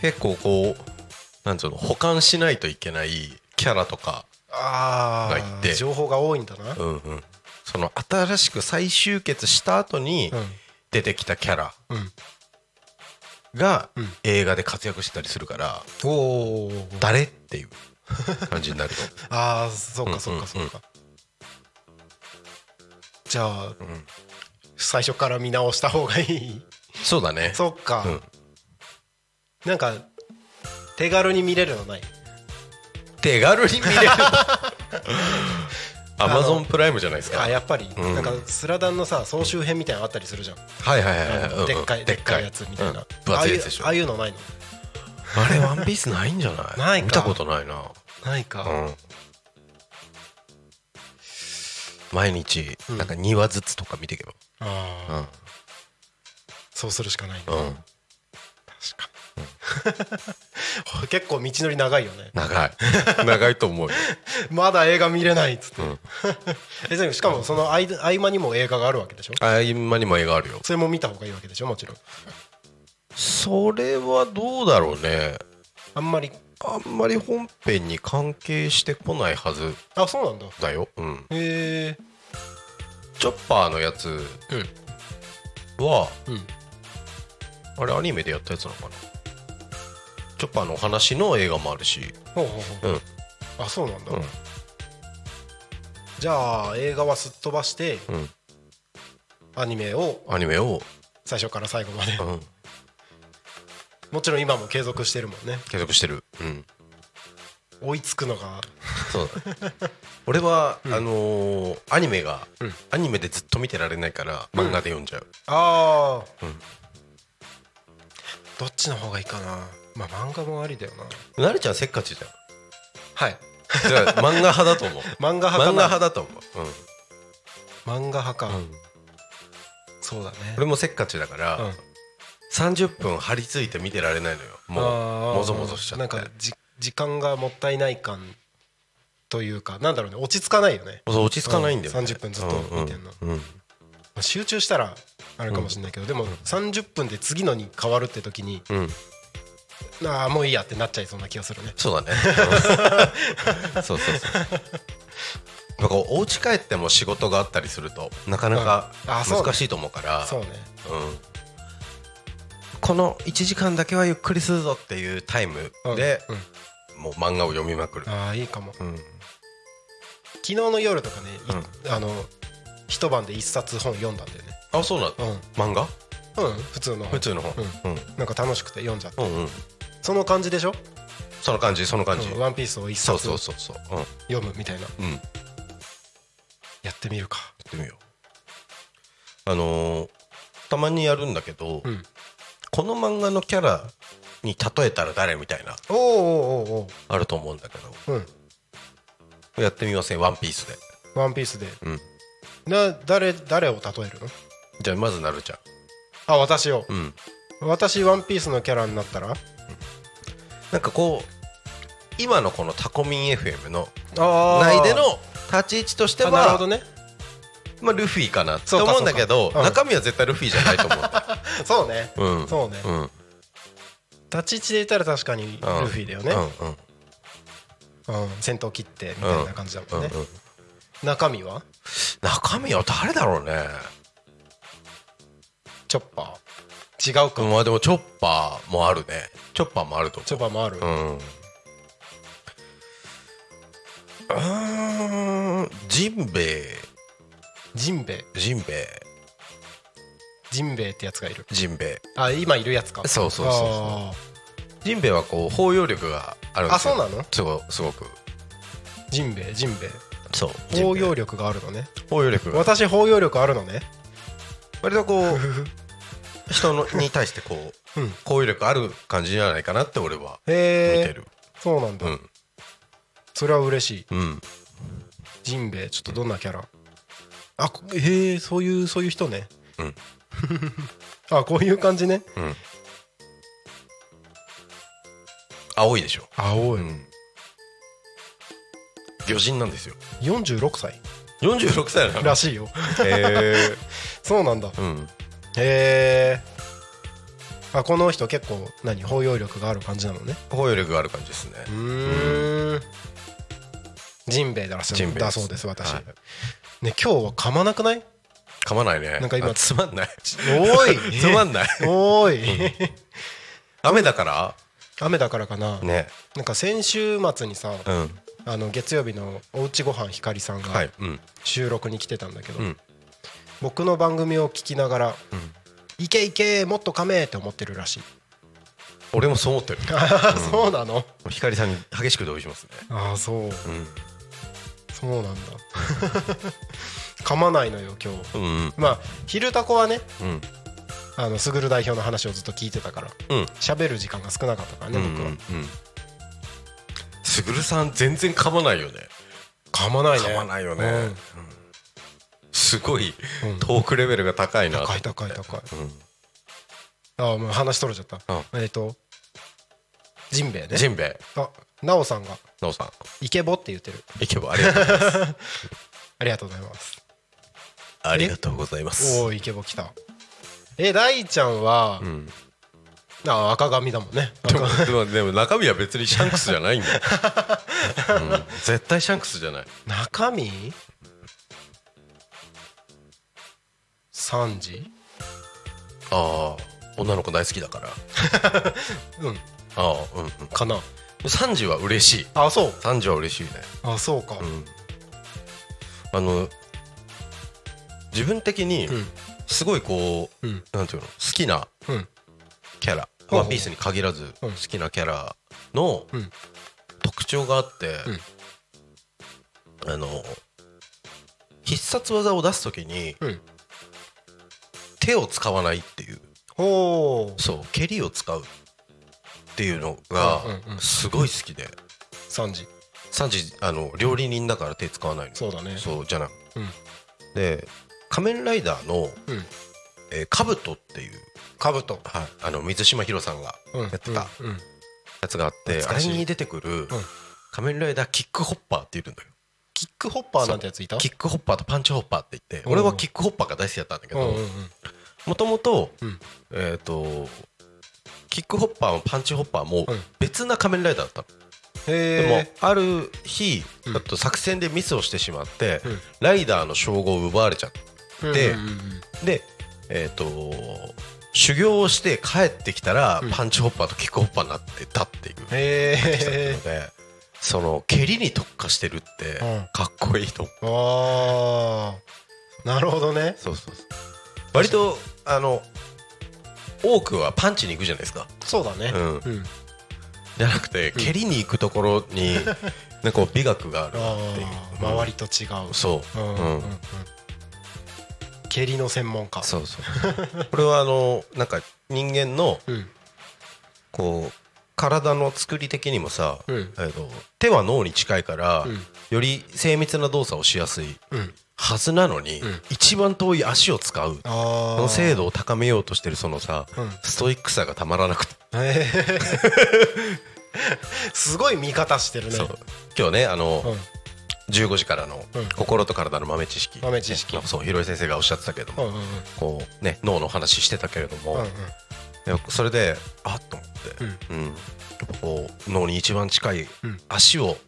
[SPEAKER 4] 結構こうなんつうの保管しないといけないキャラとか、
[SPEAKER 3] あ
[SPEAKER 4] がい
[SPEAKER 3] あ
[SPEAKER 4] て
[SPEAKER 3] 情報が多いんだな
[SPEAKER 4] うんうん、その新しく再集結した後に
[SPEAKER 3] うん
[SPEAKER 4] 出てきたキャラ
[SPEAKER 3] うん
[SPEAKER 4] が
[SPEAKER 3] うん
[SPEAKER 4] 映画で活躍してたりするから、
[SPEAKER 3] おお
[SPEAKER 4] 誰っていう感じにな ると、
[SPEAKER 3] ああそうかそう
[SPEAKER 4] うんうん
[SPEAKER 3] か
[SPEAKER 4] うん
[SPEAKER 3] そうかじゃあ
[SPEAKER 4] うん
[SPEAKER 3] 最初から見直した方がいい
[SPEAKER 4] そうだね
[SPEAKER 3] そっか
[SPEAKER 4] うん
[SPEAKER 3] なんか手軽に見れるのない
[SPEAKER 4] 手軽に見れる アマゾンプライムじゃないですか
[SPEAKER 3] あやっぱり
[SPEAKER 4] うん
[SPEAKER 3] なんかスラダンのさ総集編みたいなのあったりするじゃん
[SPEAKER 4] はいはいはいはい、うんうん
[SPEAKER 3] でっかいでっかいやつみたいな
[SPEAKER 4] うん分厚いやつでしょ
[SPEAKER 3] ああいうああいうのないの
[SPEAKER 4] あれワンピースないんじゃな い
[SPEAKER 3] ないか
[SPEAKER 4] 見たことないな
[SPEAKER 3] ないか
[SPEAKER 4] うん毎日なんか2話ずつとか見てけば、
[SPEAKER 3] あ
[SPEAKER 4] う
[SPEAKER 3] あ
[SPEAKER 4] ん
[SPEAKER 3] そうするしかないね
[SPEAKER 4] うん
[SPEAKER 3] 確かに結構道のり長いよね
[SPEAKER 4] 長い長いと思うよ、
[SPEAKER 3] まだ映画見れないっつって
[SPEAKER 4] うん、
[SPEAKER 3] えでもしかもその間合間にも映画があるわけでしょ
[SPEAKER 4] あ今にも映画あるよ
[SPEAKER 3] それも見た方がいいわけでしょもちろん
[SPEAKER 4] それはどうだろうね
[SPEAKER 3] あんまり
[SPEAKER 4] あんまり本編に関係してこないはず
[SPEAKER 3] あそうなんだ
[SPEAKER 4] だよ、うん、
[SPEAKER 3] へえ
[SPEAKER 4] チョッパーのやつは、
[SPEAKER 3] うん
[SPEAKER 4] あれアニメでやったやつなのかなチョッパーのお話の映画もあるし、
[SPEAKER 3] ほうほうほう
[SPEAKER 4] うん
[SPEAKER 3] あそうなんだ
[SPEAKER 4] うん
[SPEAKER 3] じゃあ映画はすっ飛ばして
[SPEAKER 4] うん、
[SPEAKER 3] アニメを
[SPEAKER 4] アニメを、
[SPEAKER 3] 最初から最後まで
[SPEAKER 4] うん、
[SPEAKER 3] もちろん今も継続してるもんね
[SPEAKER 4] 継続してる、うん、
[SPEAKER 3] 追いつくのが
[SPEAKER 4] そう だ俺は、あのーアニメが、
[SPEAKER 3] うん
[SPEAKER 4] アニメでずっと見てられないから漫画で読んじゃう、
[SPEAKER 3] ああ、
[SPEAKER 4] うん
[SPEAKER 3] どっちの方がいいかなまあ漫画もありだよな
[SPEAKER 4] なるちゃんせっかちじゃん
[SPEAKER 3] はい
[SPEAKER 4] だから漫画派だと思う
[SPEAKER 3] 漫画
[SPEAKER 4] 漫画
[SPEAKER 3] 派かな
[SPEAKER 4] 派だと思う、
[SPEAKER 3] 漫画派か、
[SPEAKER 4] うん
[SPEAKER 3] そうだね
[SPEAKER 4] 俺もせっかちだから、
[SPEAKER 3] うん
[SPEAKER 4] 30分張り付いて見てられないのよも
[SPEAKER 3] あ
[SPEAKER 4] う
[SPEAKER 3] ー
[SPEAKER 4] もぞもぞしちゃって
[SPEAKER 3] なんかじ時間がもったいない感というかなんだろうね落ち着かないよね
[SPEAKER 4] そう落ち着かないんだよ、ね
[SPEAKER 3] うん30分ずっと見てんの
[SPEAKER 4] うんうんうん
[SPEAKER 3] まあ集中したらあれかもしれないけど、でも30分で次のに変わるって時に
[SPEAKER 4] うん
[SPEAKER 3] ああもういいやってなっちゃいそうな気がするね
[SPEAKER 4] そう だねそうそうそうなんかお家帰っても仕事があったりするとなかなか
[SPEAKER 3] うんあそうね
[SPEAKER 4] 難しいと思うから
[SPEAKER 3] そうね
[SPEAKER 4] うんこの1時間だけはゆっくりするぞっていうタイム
[SPEAKER 3] うん
[SPEAKER 4] で、
[SPEAKER 3] うん
[SPEAKER 4] もう漫画を読みまくる、
[SPEAKER 3] ああいいかも
[SPEAKER 4] うん
[SPEAKER 3] 昨日の夜とかね、いあの一晩で一冊本読んだんだよね
[SPEAKER 4] あそうなんだ、漫画
[SPEAKER 3] うん、うん、普通の本
[SPEAKER 4] 普通の本、うん
[SPEAKER 3] なんか楽しくて読んじゃった
[SPEAKER 4] うんうん
[SPEAKER 3] その感じでしょ
[SPEAKER 4] その感じそ
[SPEAKER 3] 「
[SPEAKER 4] の
[SPEAKER 3] う
[SPEAKER 4] 感じ、
[SPEAKER 3] んワンピースを一
[SPEAKER 4] そう
[SPEAKER 3] 冊
[SPEAKER 4] そうそうそうう、
[SPEAKER 3] 読むみたいなん
[SPEAKER 4] うん、や
[SPEAKER 3] やってみるか
[SPEAKER 4] ってみようあのーたまにやるんだけど、
[SPEAKER 3] うん
[SPEAKER 4] この漫画のキャラに例えたら誰みたいな
[SPEAKER 3] おーおーおーお
[SPEAKER 4] あると思うんだけど
[SPEAKER 3] ーうん
[SPEAKER 4] やってみませんワンピースで
[SPEAKER 3] ワンピースで、
[SPEAKER 4] うん
[SPEAKER 3] な誰誰を例えるの
[SPEAKER 4] じゃあまずなるちゃ
[SPEAKER 3] あ私を
[SPEAKER 4] ん、うん、
[SPEAKER 3] 私ワンピースのキャラになったら
[SPEAKER 4] なんかこう今のこのタコミン FM の内
[SPEAKER 3] 内
[SPEAKER 4] での立ち位置として
[SPEAKER 3] なるほ
[SPEAKER 4] は
[SPEAKER 3] どね
[SPEAKER 4] まあ、ルフィかなって
[SPEAKER 3] そうか
[SPEAKER 4] 思うんだけど、
[SPEAKER 3] そうかうん
[SPEAKER 4] 中身は絶対ルフィじゃないと思うんだ
[SPEAKER 3] そうね
[SPEAKER 4] う ん
[SPEAKER 3] そうね
[SPEAKER 4] うんうん
[SPEAKER 3] 立ち位置で言ったら確かにルフィだよね、
[SPEAKER 4] うんうん
[SPEAKER 3] うん戦闘切ってみたいな感じだもんね、
[SPEAKER 4] うんうん
[SPEAKER 3] 中身は
[SPEAKER 4] 中身は誰だろうね
[SPEAKER 3] チョッパー違うか、
[SPEAKER 4] まあでもチョッパーもあるねチョッパーもあると
[SPEAKER 3] チョッパーもある、
[SPEAKER 4] 思ううんうーんジンベエ
[SPEAKER 3] ジンベエ
[SPEAKER 4] ジンベエ
[SPEAKER 3] ジンベエってやつがいる
[SPEAKER 4] ジンベ
[SPEAKER 3] あ今いるやつか
[SPEAKER 4] そうそうそうそう
[SPEAKER 3] あ
[SPEAKER 4] エジンベエはこう包容力があるんですよ
[SPEAKER 3] あそうなの
[SPEAKER 4] すごすごく
[SPEAKER 3] ージンベエジンベエ
[SPEAKER 4] そう
[SPEAKER 3] 包容力
[SPEAKER 4] 力
[SPEAKER 3] があるのね
[SPEAKER 4] 包容力が
[SPEAKER 3] 私包容力あるのね
[SPEAKER 4] 割とこ う人のに対してこう、
[SPEAKER 3] うん
[SPEAKER 4] 包容力ある感じじゃないかなって俺は見
[SPEAKER 3] へえ
[SPEAKER 4] てる、
[SPEAKER 3] そうなんだ、それは嬉しい
[SPEAKER 4] うんうん
[SPEAKER 3] ジンベエちょっとどんなキャラあこへえそういうそういう人ね
[SPEAKER 4] うん
[SPEAKER 3] あこういう感じね
[SPEAKER 4] うん青いでしょ
[SPEAKER 3] 青い、
[SPEAKER 4] うん魚人なんですよ
[SPEAKER 3] 46歳
[SPEAKER 4] 46歳なの
[SPEAKER 3] らしいよ
[SPEAKER 4] へ
[SPEAKER 3] そうなんだへ
[SPEAKER 4] えうん
[SPEAKER 3] えあこの人結構何包容力がある感じなのね
[SPEAKER 4] 包容力がある感じですね
[SPEAKER 3] うーんジンベエだらし
[SPEAKER 4] ジンベエです
[SPEAKER 3] だそうです私、
[SPEAKER 4] はい
[SPEAKER 3] ね今日は噛まなくない
[SPEAKER 4] 噛まないね
[SPEAKER 3] なんか今
[SPEAKER 4] あつまんない
[SPEAKER 3] お い
[SPEAKER 4] つまんない
[SPEAKER 3] おい
[SPEAKER 4] 雨だから
[SPEAKER 3] 雨だからかな、
[SPEAKER 4] ね
[SPEAKER 3] なんか先週末にさ、
[SPEAKER 4] うん
[SPEAKER 3] あの月曜日の「おうちごはんひかり」さん
[SPEAKER 4] は
[SPEAKER 3] が
[SPEAKER 4] いうん
[SPEAKER 3] 収録に来てたんだけど、
[SPEAKER 4] うん
[SPEAKER 3] 僕の番組を聞きながら「いけいけもっと噛め!」って思ってるらしい、
[SPEAKER 4] 俺もそう 思ってる
[SPEAKER 3] ああそうなの
[SPEAKER 4] 光さんに激しく同意しますね
[SPEAKER 3] ああそう
[SPEAKER 4] うん
[SPEAKER 3] そうなんだ 噛まないのよ今日
[SPEAKER 4] うんうん
[SPEAKER 3] まあ「昼タコ」はね
[SPEAKER 4] うん
[SPEAKER 3] あのすぐる代表の話をずっと聞いてたから
[SPEAKER 4] うん
[SPEAKER 3] 喋る時間が少なかったからね僕は、
[SPEAKER 4] すぐるさん全然噛まないよね
[SPEAKER 3] 噛まないね
[SPEAKER 4] 噛まないよね
[SPEAKER 3] うん
[SPEAKER 4] すごい
[SPEAKER 3] うん
[SPEAKER 4] トークレベルが高いなと
[SPEAKER 3] 高
[SPEAKER 4] 思っ
[SPEAKER 3] い
[SPEAKER 4] て
[SPEAKER 3] 高い高い
[SPEAKER 4] うん
[SPEAKER 3] ああもう話取れちゃった、
[SPEAKER 4] う
[SPEAKER 3] えっ、とジンベエね
[SPEAKER 4] ジンベエ
[SPEAKER 3] あなおさんが
[SPEAKER 4] なおさん
[SPEAKER 3] 「イケボ」って言ってる
[SPEAKER 4] いけばあり がとうございます
[SPEAKER 3] ありがとうございます
[SPEAKER 4] ありがとうございます
[SPEAKER 3] おおイケボ来たえ大ちゃんは、
[SPEAKER 4] ん
[SPEAKER 3] あ赤髪だもん ね
[SPEAKER 4] でもでもでも中身は別にシャンクスじゃないんだよ、うん絶対シャンクスじゃない
[SPEAKER 3] 中身3時
[SPEAKER 4] ああ女の子大好きだから
[SPEAKER 3] うん
[SPEAKER 4] ああうんうん
[SPEAKER 3] かな
[SPEAKER 4] 3時は嬉しい
[SPEAKER 3] あそう
[SPEAKER 4] 3時は嬉しいね
[SPEAKER 3] あそうか、
[SPEAKER 4] んあの自分的に
[SPEAKER 3] うん
[SPEAKER 4] すごいこう、
[SPEAKER 3] うん
[SPEAKER 4] なんていうの好きな
[SPEAKER 3] うん
[SPEAKER 4] キャラ、
[SPEAKER 3] ほうほう
[SPEAKER 4] ワンピースに限らず
[SPEAKER 3] うん
[SPEAKER 4] 好きなキャラの
[SPEAKER 3] うん
[SPEAKER 4] 特徴があって、あの必殺技を出す時に、
[SPEAKER 3] うん
[SPEAKER 4] 手を使わないっていう
[SPEAKER 3] ほう
[SPEAKER 4] そう蹴りを使うっていうのが
[SPEAKER 3] うんうんうん
[SPEAKER 4] すごい好きで、
[SPEAKER 3] 3時
[SPEAKER 4] サンジあの料理人だから手使わないの
[SPEAKER 3] そうだね
[SPEAKER 4] そうじゃない、
[SPEAKER 3] うん
[SPEAKER 4] で「仮面ライダー」の
[SPEAKER 3] うん
[SPEAKER 4] 「えー、カブト」っていう、
[SPEAKER 3] かぶと
[SPEAKER 4] はい、あの水島ひろさんが
[SPEAKER 3] うん
[SPEAKER 4] やってたや
[SPEAKER 3] うんうん
[SPEAKER 4] つがあって、
[SPEAKER 3] 懐
[SPEAKER 4] あ
[SPEAKER 3] か
[SPEAKER 4] れ
[SPEAKER 3] しい
[SPEAKER 4] に出てくる「仮面ライダーキックホッパー」っていうんだよ
[SPEAKER 3] キックホッパーなんてやついた
[SPEAKER 4] キックホッパーとパンチホッパーって言って
[SPEAKER 3] うん
[SPEAKER 4] 俺はキックホッパーが大好きだったんだけ
[SPEAKER 3] うんうん
[SPEAKER 4] ど
[SPEAKER 3] うん
[SPEAKER 4] もともと
[SPEAKER 3] うん
[SPEAKER 4] えっとキックホッパーもパンチホッパーも
[SPEAKER 3] うん
[SPEAKER 4] 別な仮面ライダーだったのでも
[SPEAKER 3] へ
[SPEAKER 4] ある日
[SPEAKER 3] うん
[SPEAKER 4] ちょっと作戦でミスをしてしまって
[SPEAKER 3] うん
[SPEAKER 4] ライダーの称号を奪われちゃっ
[SPEAKER 3] え
[SPEAKER 4] で
[SPEAKER 3] うんうんうん
[SPEAKER 4] てでえっと修行をして帰ってきたら
[SPEAKER 3] うん
[SPEAKER 4] パンチホッパーとキックホッパーになってたっていう
[SPEAKER 3] へえ
[SPEAKER 4] のでその蹴りに特化してるって
[SPEAKER 3] うん
[SPEAKER 4] かっこいいと 思う
[SPEAKER 3] ああなるほどね
[SPEAKER 4] そうそうそう割とあの多くはパンチに行くじゃないですか、
[SPEAKER 3] そうだね
[SPEAKER 4] うん、
[SPEAKER 3] うん
[SPEAKER 4] じゃなくて蹴りに行くところ になんかこう美学があるなっていう
[SPEAKER 3] ああ周りと違う
[SPEAKER 4] そう、
[SPEAKER 3] う
[SPEAKER 4] うんん
[SPEAKER 3] うんうん蹴りの専門家
[SPEAKER 4] そうそうこれはあのなんか人間の
[SPEAKER 3] うん
[SPEAKER 4] こう体の作り的にもさ、
[SPEAKER 3] うん
[SPEAKER 4] えっと手は脳に近いから、
[SPEAKER 3] うん
[SPEAKER 4] より精密な動作をしやすい
[SPEAKER 3] うん
[SPEAKER 4] はずなのに、
[SPEAKER 3] うん
[SPEAKER 4] 一番遠い足を使う
[SPEAKER 3] ああ
[SPEAKER 4] その精度を高めようとしてるそのさ、
[SPEAKER 3] うん
[SPEAKER 4] ストイックさがたまらなくて
[SPEAKER 3] へー すごい見方してるね
[SPEAKER 4] そう今日ねあの、
[SPEAKER 3] うん
[SPEAKER 4] 15時からの
[SPEAKER 3] うん
[SPEAKER 4] 「心と体の豆知識」
[SPEAKER 3] 豆知識
[SPEAKER 4] ねそう広井先生がおっしゃってたけど
[SPEAKER 3] う
[SPEAKER 4] も、
[SPEAKER 3] んうんうん
[SPEAKER 4] こうね脳の話してたけれども、
[SPEAKER 3] うんうん
[SPEAKER 4] いやそれであっと思って、うんやっぱこう脳に一番近い
[SPEAKER 3] うん
[SPEAKER 4] 足を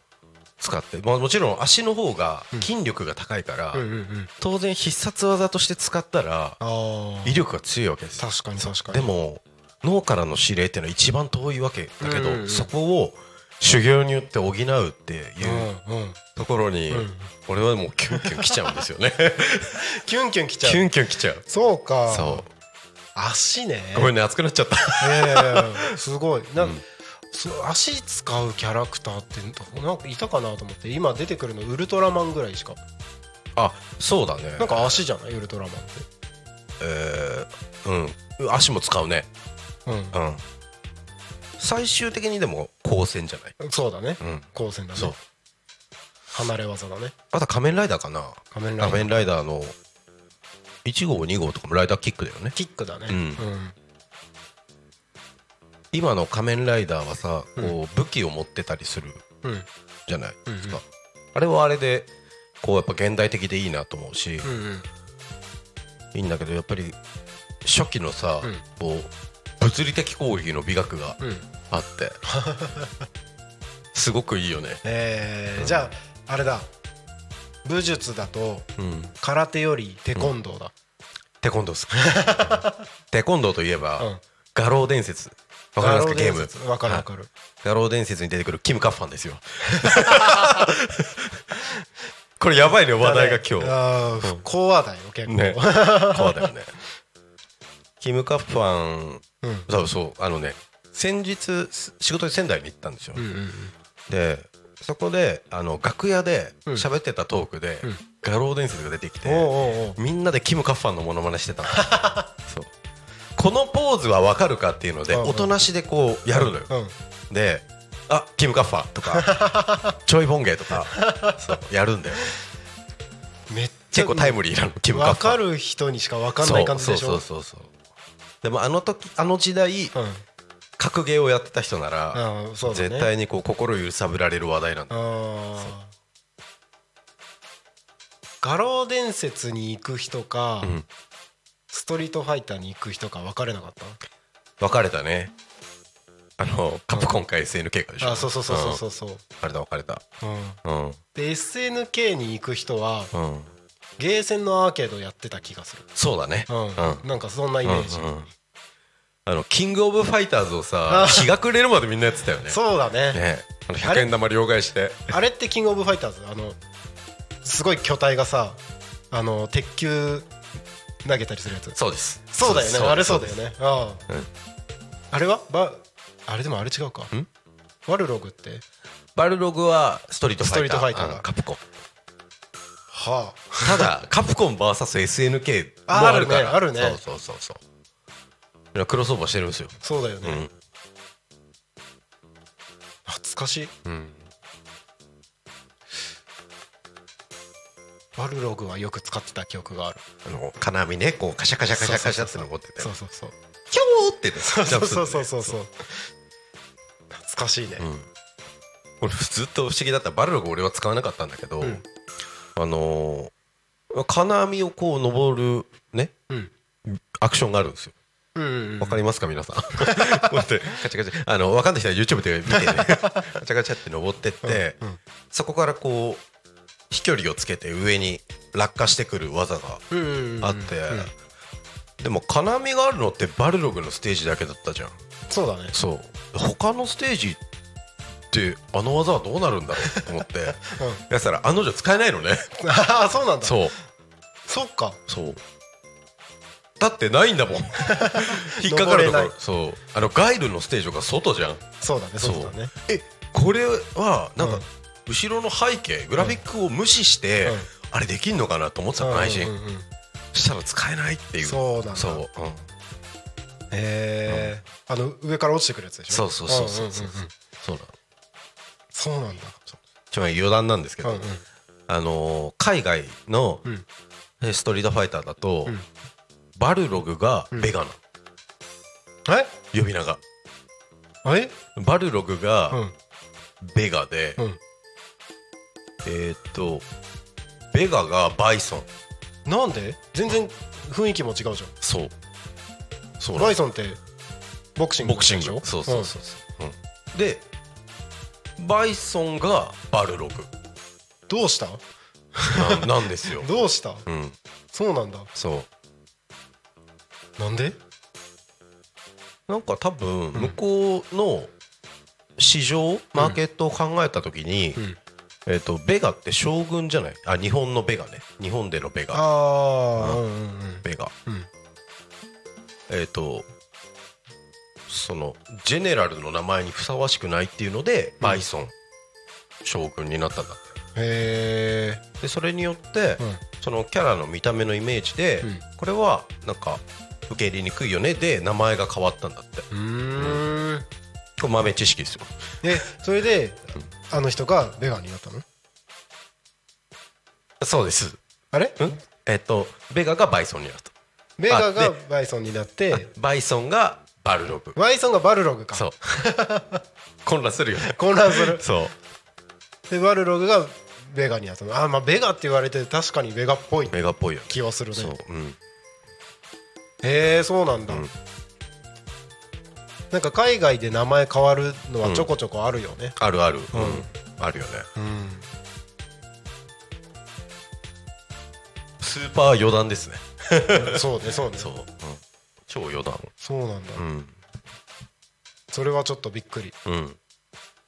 [SPEAKER 4] 使って、まあ、もちろん足の方が筋力が高いから、
[SPEAKER 3] うんうんうん
[SPEAKER 4] 当然必殺技として使ったら
[SPEAKER 3] ああ
[SPEAKER 4] 威力が強いわけですよ
[SPEAKER 3] 確かに確かに
[SPEAKER 4] でも脳からの指令っていうのは一番遠いわけだけ
[SPEAKER 3] う
[SPEAKER 4] ど、
[SPEAKER 3] んうんうん
[SPEAKER 4] そこを修行によって補うっていう
[SPEAKER 3] うんうん
[SPEAKER 4] ところに、
[SPEAKER 3] うん
[SPEAKER 4] 俺はもうキュンキュンきちゃうんです よね
[SPEAKER 3] キュンキュンきち
[SPEAKER 4] キ
[SPEAKER 3] ゃう
[SPEAKER 4] ュンキュンきちゃう
[SPEAKER 3] そうか
[SPEAKER 4] そう
[SPEAKER 3] 足ね
[SPEAKER 4] ごめんね熱くなっちゃった
[SPEAKER 3] ええすごいなんかそう足使うキャラクターってなんかいたかなと思って今出てくるのウルトラマンぐらいしか
[SPEAKER 4] あそうだね
[SPEAKER 3] なんか足じゃないウルトラマンって
[SPEAKER 4] えーうん足も使うね
[SPEAKER 3] うん
[SPEAKER 4] うん最終的にでも光線じゃない
[SPEAKER 3] そうだね
[SPEAKER 4] うん
[SPEAKER 3] 光線だね
[SPEAKER 4] そう
[SPEAKER 3] 離れ技だね
[SPEAKER 4] あとは仮面ライダーかな
[SPEAKER 3] 仮面ライダ
[SPEAKER 4] 仮
[SPEAKER 3] ー
[SPEAKER 4] 面ライダーの1号2号とかもライダーキックだよね
[SPEAKER 3] キックだね
[SPEAKER 4] うん今の仮面ライダーはさこう武器を持ってたりする
[SPEAKER 3] うんうん
[SPEAKER 4] じゃない
[SPEAKER 3] うん
[SPEAKER 4] ですかあれはあれでこうやっぱ現代的でいいなと思うし
[SPEAKER 3] うんうん
[SPEAKER 4] いいんだけどやっぱり初期のさ
[SPEAKER 3] うん
[SPEAKER 4] こう物理的攻撃の美学が
[SPEAKER 3] うん
[SPEAKER 4] あってすごくいいよね
[SPEAKER 3] えーじゃああれだ武術だと
[SPEAKER 4] うん
[SPEAKER 3] 空手よりテコンドーだ
[SPEAKER 4] テコンドーっす テコンドーといえば、
[SPEAKER 3] うん
[SPEAKER 4] 画廊伝説わかりますかゲーム
[SPEAKER 3] 分かる分か
[SPEAKER 4] はい
[SPEAKER 3] る
[SPEAKER 4] 画廊伝説に出てくるキム・カッファ ンですよこれやばいね話題が今日
[SPEAKER 3] 日不幸話だよ結構
[SPEAKER 4] ねそうだよねキム・カッファン
[SPEAKER 3] うん
[SPEAKER 4] そうそうあのね先日す仕事で仙台に行ったんですよ、
[SPEAKER 3] うんうん
[SPEAKER 4] でそこであの楽屋で
[SPEAKER 3] うん
[SPEAKER 4] 喋ってたトークで、
[SPEAKER 3] ん
[SPEAKER 4] 画廊伝説が出てき
[SPEAKER 3] お
[SPEAKER 4] て、
[SPEAKER 3] うおうおう
[SPEAKER 4] みんなでキム・カッファンのモノマ ネしてたのそうこのポーズは分かるかっていうので
[SPEAKER 3] うんうん
[SPEAKER 4] おとなしでこうやるのよ、
[SPEAKER 3] うん
[SPEAKER 4] で「あキム・カッファ」とか 「ちょいボンゲ」とかそうやるんだよ
[SPEAKER 3] めっちゃ
[SPEAKER 4] 結構タイムリーなのキム・カッ
[SPEAKER 3] 分
[SPEAKER 4] ファ
[SPEAKER 3] かる人にしか分かんない感じでし
[SPEAKER 4] そ
[SPEAKER 3] ょ
[SPEAKER 4] うそうそうそうでもあの時あの時代、
[SPEAKER 3] うん
[SPEAKER 4] 格ゲーをやってた人なら、
[SPEAKER 3] うんそうだね
[SPEAKER 4] 絶対にこう心揺さぶられる話題なんだ
[SPEAKER 3] あー画廊伝説に行く人か、
[SPEAKER 4] うん
[SPEAKER 3] ストリートファイターに行く人か分かれなかっ
[SPEAKER 4] 分かれたねあのカプコンか SNK かでしたょ
[SPEAKER 3] あそうそうそうそうそううそう、
[SPEAKER 4] ん分かれた分かれた
[SPEAKER 3] うん
[SPEAKER 4] うん
[SPEAKER 3] で SNK に行く人は
[SPEAKER 4] うん
[SPEAKER 3] ゲーセンのアーケードやってた気がする、
[SPEAKER 4] そうだね
[SPEAKER 3] うんなんかそんなイメージ、
[SPEAKER 4] うんうんあのキングオブファイターズをさ日が暮れるまでみんなやってたよね
[SPEAKER 3] そうだね
[SPEAKER 4] ねあの
[SPEAKER 3] あれ
[SPEAKER 4] 100円玉両替して
[SPEAKER 3] あれってキングオブファイターズあのすごい巨体がさあの鉄球投げたりするやつ
[SPEAKER 4] そうです
[SPEAKER 3] そうだよねあれそうだ
[SPEAKER 4] で
[SPEAKER 3] よ
[SPEAKER 4] す
[SPEAKER 3] ねああ
[SPEAKER 4] うん
[SPEAKER 3] あれはばあれでもあれ違うかワルログって
[SPEAKER 4] バルログはストリートファイター
[SPEAKER 3] ストリートファイターが
[SPEAKER 4] あのカプコン
[SPEAKER 3] は
[SPEAKER 4] ただカプコン VSSNK も
[SPEAKER 3] あ
[SPEAKER 4] あるから
[SPEAKER 3] あるねあるね
[SPEAKER 4] そうそうそうそういやクロスオーバーしてるんですよ
[SPEAKER 3] あそうだよね、
[SPEAKER 4] うん
[SPEAKER 3] 懐かしい
[SPEAKER 4] うん
[SPEAKER 3] ワルログはよく使ってた記憶がある
[SPEAKER 4] あの金網ねこうカシャカシャカシャカシャって残ってて
[SPEAKER 3] そうそうそう
[SPEAKER 4] キョーってね
[SPEAKER 3] そう
[SPEAKER 4] ジャンプす
[SPEAKER 3] そ
[SPEAKER 4] る
[SPEAKER 3] うそう
[SPEAKER 4] う
[SPEAKER 3] そうそう懐かしいね、
[SPEAKER 4] ん俺ずっと不思議だったバルログ俺は使わなかったんだけど、
[SPEAKER 3] うん
[SPEAKER 4] あのー金網をこう登るね
[SPEAKER 3] うん
[SPEAKER 4] アクションがあるんですよ
[SPEAKER 3] うんうん
[SPEAKER 4] わかりますか皆さん こうやってガチャガチャあのわかんない人は YouTube で見 てねガチャガチャって登ってって、
[SPEAKER 3] うんうん
[SPEAKER 4] そこからこう飛距離をつけて上に落下してくる技が
[SPEAKER 3] うんうんうん
[SPEAKER 4] あって、でも金網があるのってバルログのステージだけだったじゃん
[SPEAKER 3] そうだね
[SPEAKER 4] そう他のステージってあの技はどうなるんだろうと思ってやったら案の定使えないのね
[SPEAKER 3] ああそうなんだ
[SPEAKER 4] そう
[SPEAKER 3] そっか
[SPEAKER 4] そうだってない んだもん引っかかる
[SPEAKER 3] 登れ
[SPEAKER 4] とこ
[SPEAKER 3] ない
[SPEAKER 4] ろそうあのガイルのステージとか外じゃん
[SPEAKER 3] そうだねそうだね
[SPEAKER 4] えこれはなんか、
[SPEAKER 3] うん
[SPEAKER 4] 後ろの背景グラフィックを無視して、
[SPEAKER 3] うん
[SPEAKER 4] あれできんのかなと思ってたの内心、
[SPEAKER 3] うんうんうん
[SPEAKER 4] したら使えないっていう
[SPEAKER 3] そうなんだ
[SPEAKER 4] そう、うん
[SPEAKER 3] へえあの上から落ちてくるやつでし
[SPEAKER 4] そ
[SPEAKER 3] ょ
[SPEAKER 4] うそうそうそうそうん
[SPEAKER 3] んんん
[SPEAKER 4] そうなの
[SPEAKER 3] そうなんだ
[SPEAKER 4] ちょっと余談なんですけ
[SPEAKER 3] う
[SPEAKER 4] ど、
[SPEAKER 3] んうん
[SPEAKER 4] あのー海外の
[SPEAKER 3] うん
[SPEAKER 4] えストリートファイターだと、
[SPEAKER 3] うん
[SPEAKER 4] バルログがベガなの、
[SPEAKER 3] え
[SPEAKER 4] 呼び名が
[SPEAKER 3] あれ
[SPEAKER 4] バルログ
[SPEAKER 3] う
[SPEAKER 4] が
[SPEAKER 3] ん
[SPEAKER 4] ベガで、
[SPEAKER 3] うん
[SPEAKER 4] えーっとベガがバイソン
[SPEAKER 3] なんで全然雰囲気も違うじ
[SPEAKER 4] そうそ
[SPEAKER 3] ゃ
[SPEAKER 4] うんなの
[SPEAKER 3] バイソンってボクシング
[SPEAKER 4] ボクシング
[SPEAKER 3] でしょ
[SPEAKER 4] そうそうそうそう、うんでバイソンがバルログ
[SPEAKER 3] うんどうした
[SPEAKER 4] ななん ですよ、
[SPEAKER 3] どうした
[SPEAKER 4] うん、
[SPEAKER 3] そうなんだ
[SPEAKER 4] そ
[SPEAKER 3] なんで
[SPEAKER 4] うなんか多分向こうの市場、マーケットを考えた時に、
[SPEAKER 3] ん
[SPEAKER 4] えっとベガって将軍じゃないあ日本のベガね日本でのベガ
[SPEAKER 3] ああうんうんうん
[SPEAKER 4] ベガ
[SPEAKER 3] うん
[SPEAKER 4] えっ、とそのジェネラルの名前にふさわしくないっていうのでバイソン、将軍になったんだって
[SPEAKER 3] へえ
[SPEAKER 4] でそれによって、
[SPEAKER 3] うん
[SPEAKER 4] そのキャラの見た目のイメージで、
[SPEAKER 3] うん
[SPEAKER 4] これはなんか受け入れにくいよねで名前が変わったんだって
[SPEAKER 3] うーん
[SPEAKER 4] これ豆知識ですよ
[SPEAKER 3] でそれであの人がベガンになったの
[SPEAKER 4] そうです
[SPEAKER 3] あれ
[SPEAKER 4] えっ、とベガがバイソンになった
[SPEAKER 3] ベガ
[SPEAKER 4] あ
[SPEAKER 3] が
[SPEAKER 4] で
[SPEAKER 3] バイソンになって
[SPEAKER 4] バイソンがバルロブ
[SPEAKER 3] バイソンがバルログか
[SPEAKER 4] そう 混乱するよね
[SPEAKER 3] 混乱する
[SPEAKER 4] そう
[SPEAKER 3] でバルログがベガになったのあまあベガって言われて確かにベガっぽい
[SPEAKER 4] メガっぽいよね
[SPEAKER 3] 気はするね
[SPEAKER 4] そう、うん、
[SPEAKER 3] へえそうなんだ、
[SPEAKER 4] うん
[SPEAKER 3] なんか海外で名前変わるのはちょこちょこあるよ ね
[SPEAKER 4] あるある、うんん、あるよね
[SPEAKER 3] うん、
[SPEAKER 4] スーパー余談ですね
[SPEAKER 3] そうねそうね
[SPEAKER 4] そ、
[SPEAKER 3] そうう
[SPEAKER 4] うん、超余談
[SPEAKER 3] なんだ、
[SPEAKER 4] うん
[SPEAKER 3] それはちょっとびっくりへ
[SPEAKER 4] うん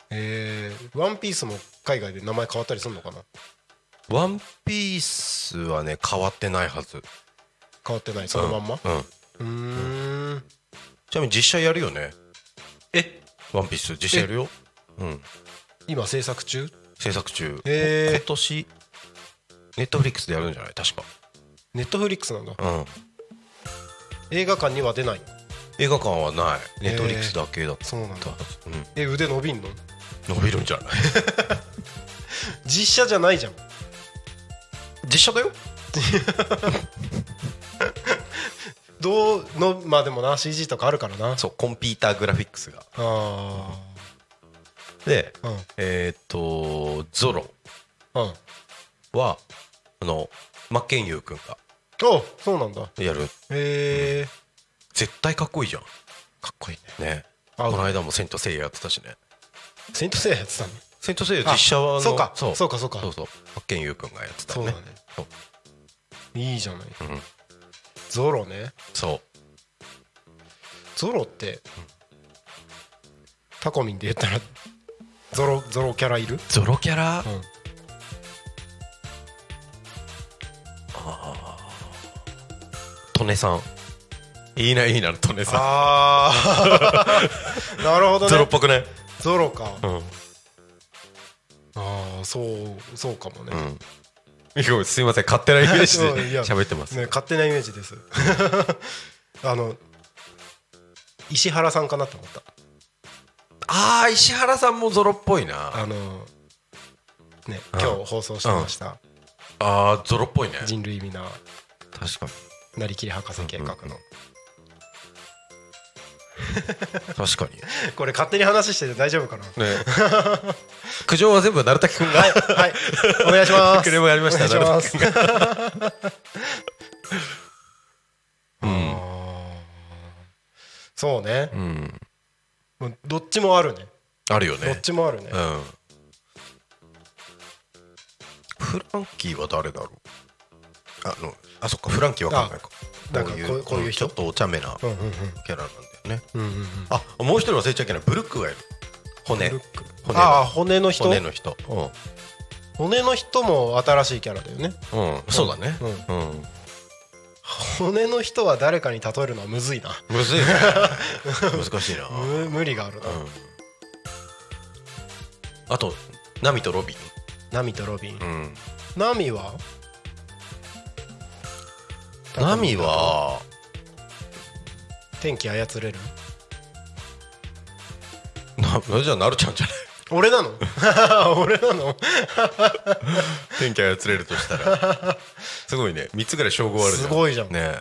[SPEAKER 3] えワンピースも海外で名前変わったりするのかな
[SPEAKER 4] ワンピースはね変わってないはず
[SPEAKER 3] 変わってないそのまんま
[SPEAKER 4] うんうん
[SPEAKER 3] うーん
[SPEAKER 4] ちなみに実写やるよね
[SPEAKER 3] え
[SPEAKER 4] ワンピース実写やるようん
[SPEAKER 3] 今制作中
[SPEAKER 4] 制作中、
[SPEAKER 3] へー
[SPEAKER 4] 今年ネットフリックスでやるんじゃない確か
[SPEAKER 3] ネットフリックスなんだ
[SPEAKER 4] うん
[SPEAKER 3] 映画館には出ない
[SPEAKER 4] 映画館はない
[SPEAKER 3] へー
[SPEAKER 4] ネットフリックスだけだった
[SPEAKER 3] そうなんだ
[SPEAKER 4] うん
[SPEAKER 3] え腕伸びんの
[SPEAKER 4] 伸びるんじゃ ない
[SPEAKER 3] 実写じゃないじゃん
[SPEAKER 4] 実写だよ
[SPEAKER 3] どうのまあでもな CG とかあるからな
[SPEAKER 4] そうコンピューターグラフィックスが
[SPEAKER 3] あ
[SPEAKER 4] で
[SPEAKER 3] あうん
[SPEAKER 4] えーっとゾロ
[SPEAKER 3] うん
[SPEAKER 4] はあの真剣佑君が
[SPEAKER 3] おそうなんだ
[SPEAKER 4] やる
[SPEAKER 3] へえ
[SPEAKER 4] 絶対かっこいいじゃん
[SPEAKER 3] かっこいいね
[SPEAKER 4] ね
[SPEAKER 3] あ
[SPEAKER 4] この間も「千と千尋」やってたしね
[SPEAKER 3] セイントセイヤやってたの
[SPEAKER 4] 「千と千尋」
[SPEAKER 3] あ
[SPEAKER 4] 実写はあの
[SPEAKER 3] そうか
[SPEAKER 4] そう
[SPEAKER 3] そうかそうか
[SPEAKER 4] そうそう真剣佑君がやってた
[SPEAKER 3] そうだ
[SPEAKER 4] ね
[SPEAKER 3] ね
[SPEAKER 4] そう
[SPEAKER 3] いいじゃない
[SPEAKER 4] うん
[SPEAKER 3] ゾロね
[SPEAKER 4] そう
[SPEAKER 3] ゾロってタコミンで言ったらゾロゾロキャラいる
[SPEAKER 4] ゾロキャラ
[SPEAKER 3] うん
[SPEAKER 4] トネさんいいないいなトネさ
[SPEAKER 3] ああなるほ
[SPEAKER 4] ん
[SPEAKER 3] ど
[SPEAKER 4] ゾロっ
[SPEAKER 3] ね
[SPEAKER 4] ぽくね
[SPEAKER 3] ゾロか
[SPEAKER 4] うん、
[SPEAKER 3] ああそうそうかもね,、
[SPEAKER 4] うん、いやすいません勝手なイメージで
[SPEAKER 3] いや
[SPEAKER 4] 喋ってます、
[SPEAKER 3] ね勝手なイメージです あの石原さんかなと思った
[SPEAKER 4] ああ石原さんもゾロっぽいな
[SPEAKER 3] あのね
[SPEAKER 4] う
[SPEAKER 3] 今
[SPEAKER 4] ん
[SPEAKER 3] 日放送してました
[SPEAKER 4] あーゾロっぽいね
[SPEAKER 3] 人類皆
[SPEAKER 4] 確かに
[SPEAKER 3] なりきり博士計画の
[SPEAKER 4] うんうん 確かに
[SPEAKER 3] これ勝手に話してて大丈夫かな
[SPEAKER 4] ね 苦情は全部鳴滝君が
[SPEAKER 3] はいはいお願いします
[SPEAKER 4] クレームがありました
[SPEAKER 3] お願いします
[SPEAKER 4] うん
[SPEAKER 3] そうね
[SPEAKER 4] う、ん
[SPEAKER 3] もうどっちもあるね
[SPEAKER 4] あるよ
[SPEAKER 3] どっ
[SPEAKER 4] ね
[SPEAKER 3] ちもあるね
[SPEAKER 4] うんフランキーは誰だろうあのあそっかフランキーわかんないか
[SPEAKER 3] なんかこういうこういう人
[SPEAKER 4] ちょっとお茶目な
[SPEAKER 3] うんうんうん
[SPEAKER 4] キャラなんだよね
[SPEAKER 3] うんうんうん
[SPEAKER 4] あもう一人忘れちゃいけないブルックがいる骨
[SPEAKER 3] ブ
[SPEAKER 4] 骨
[SPEAKER 3] ルック
[SPEAKER 4] の
[SPEAKER 3] ああ骨の人
[SPEAKER 4] 骨の人うん
[SPEAKER 3] 骨の人も新しいキャラだよね
[SPEAKER 4] うん、そうだね。
[SPEAKER 3] う
[SPEAKER 4] うん。
[SPEAKER 3] 骨の人は誰かに例えるのはむずいな
[SPEAKER 4] むずい ね。難しいな。うん。
[SPEAKER 3] む無理があるな、
[SPEAKER 4] あと、ナミとロビン。
[SPEAKER 3] ナミとロビン、
[SPEAKER 4] うん。
[SPEAKER 3] ナミは
[SPEAKER 4] ナミは、
[SPEAKER 3] 天気操れる
[SPEAKER 4] な、じゃあ、なるちゃんじゃない。
[SPEAKER 3] 俺なの 俺なの
[SPEAKER 4] 天気操れるとしたら。 すごいね。三つぐらい称号あるじゃん。
[SPEAKER 3] すごいじゃん
[SPEAKER 4] ねえ。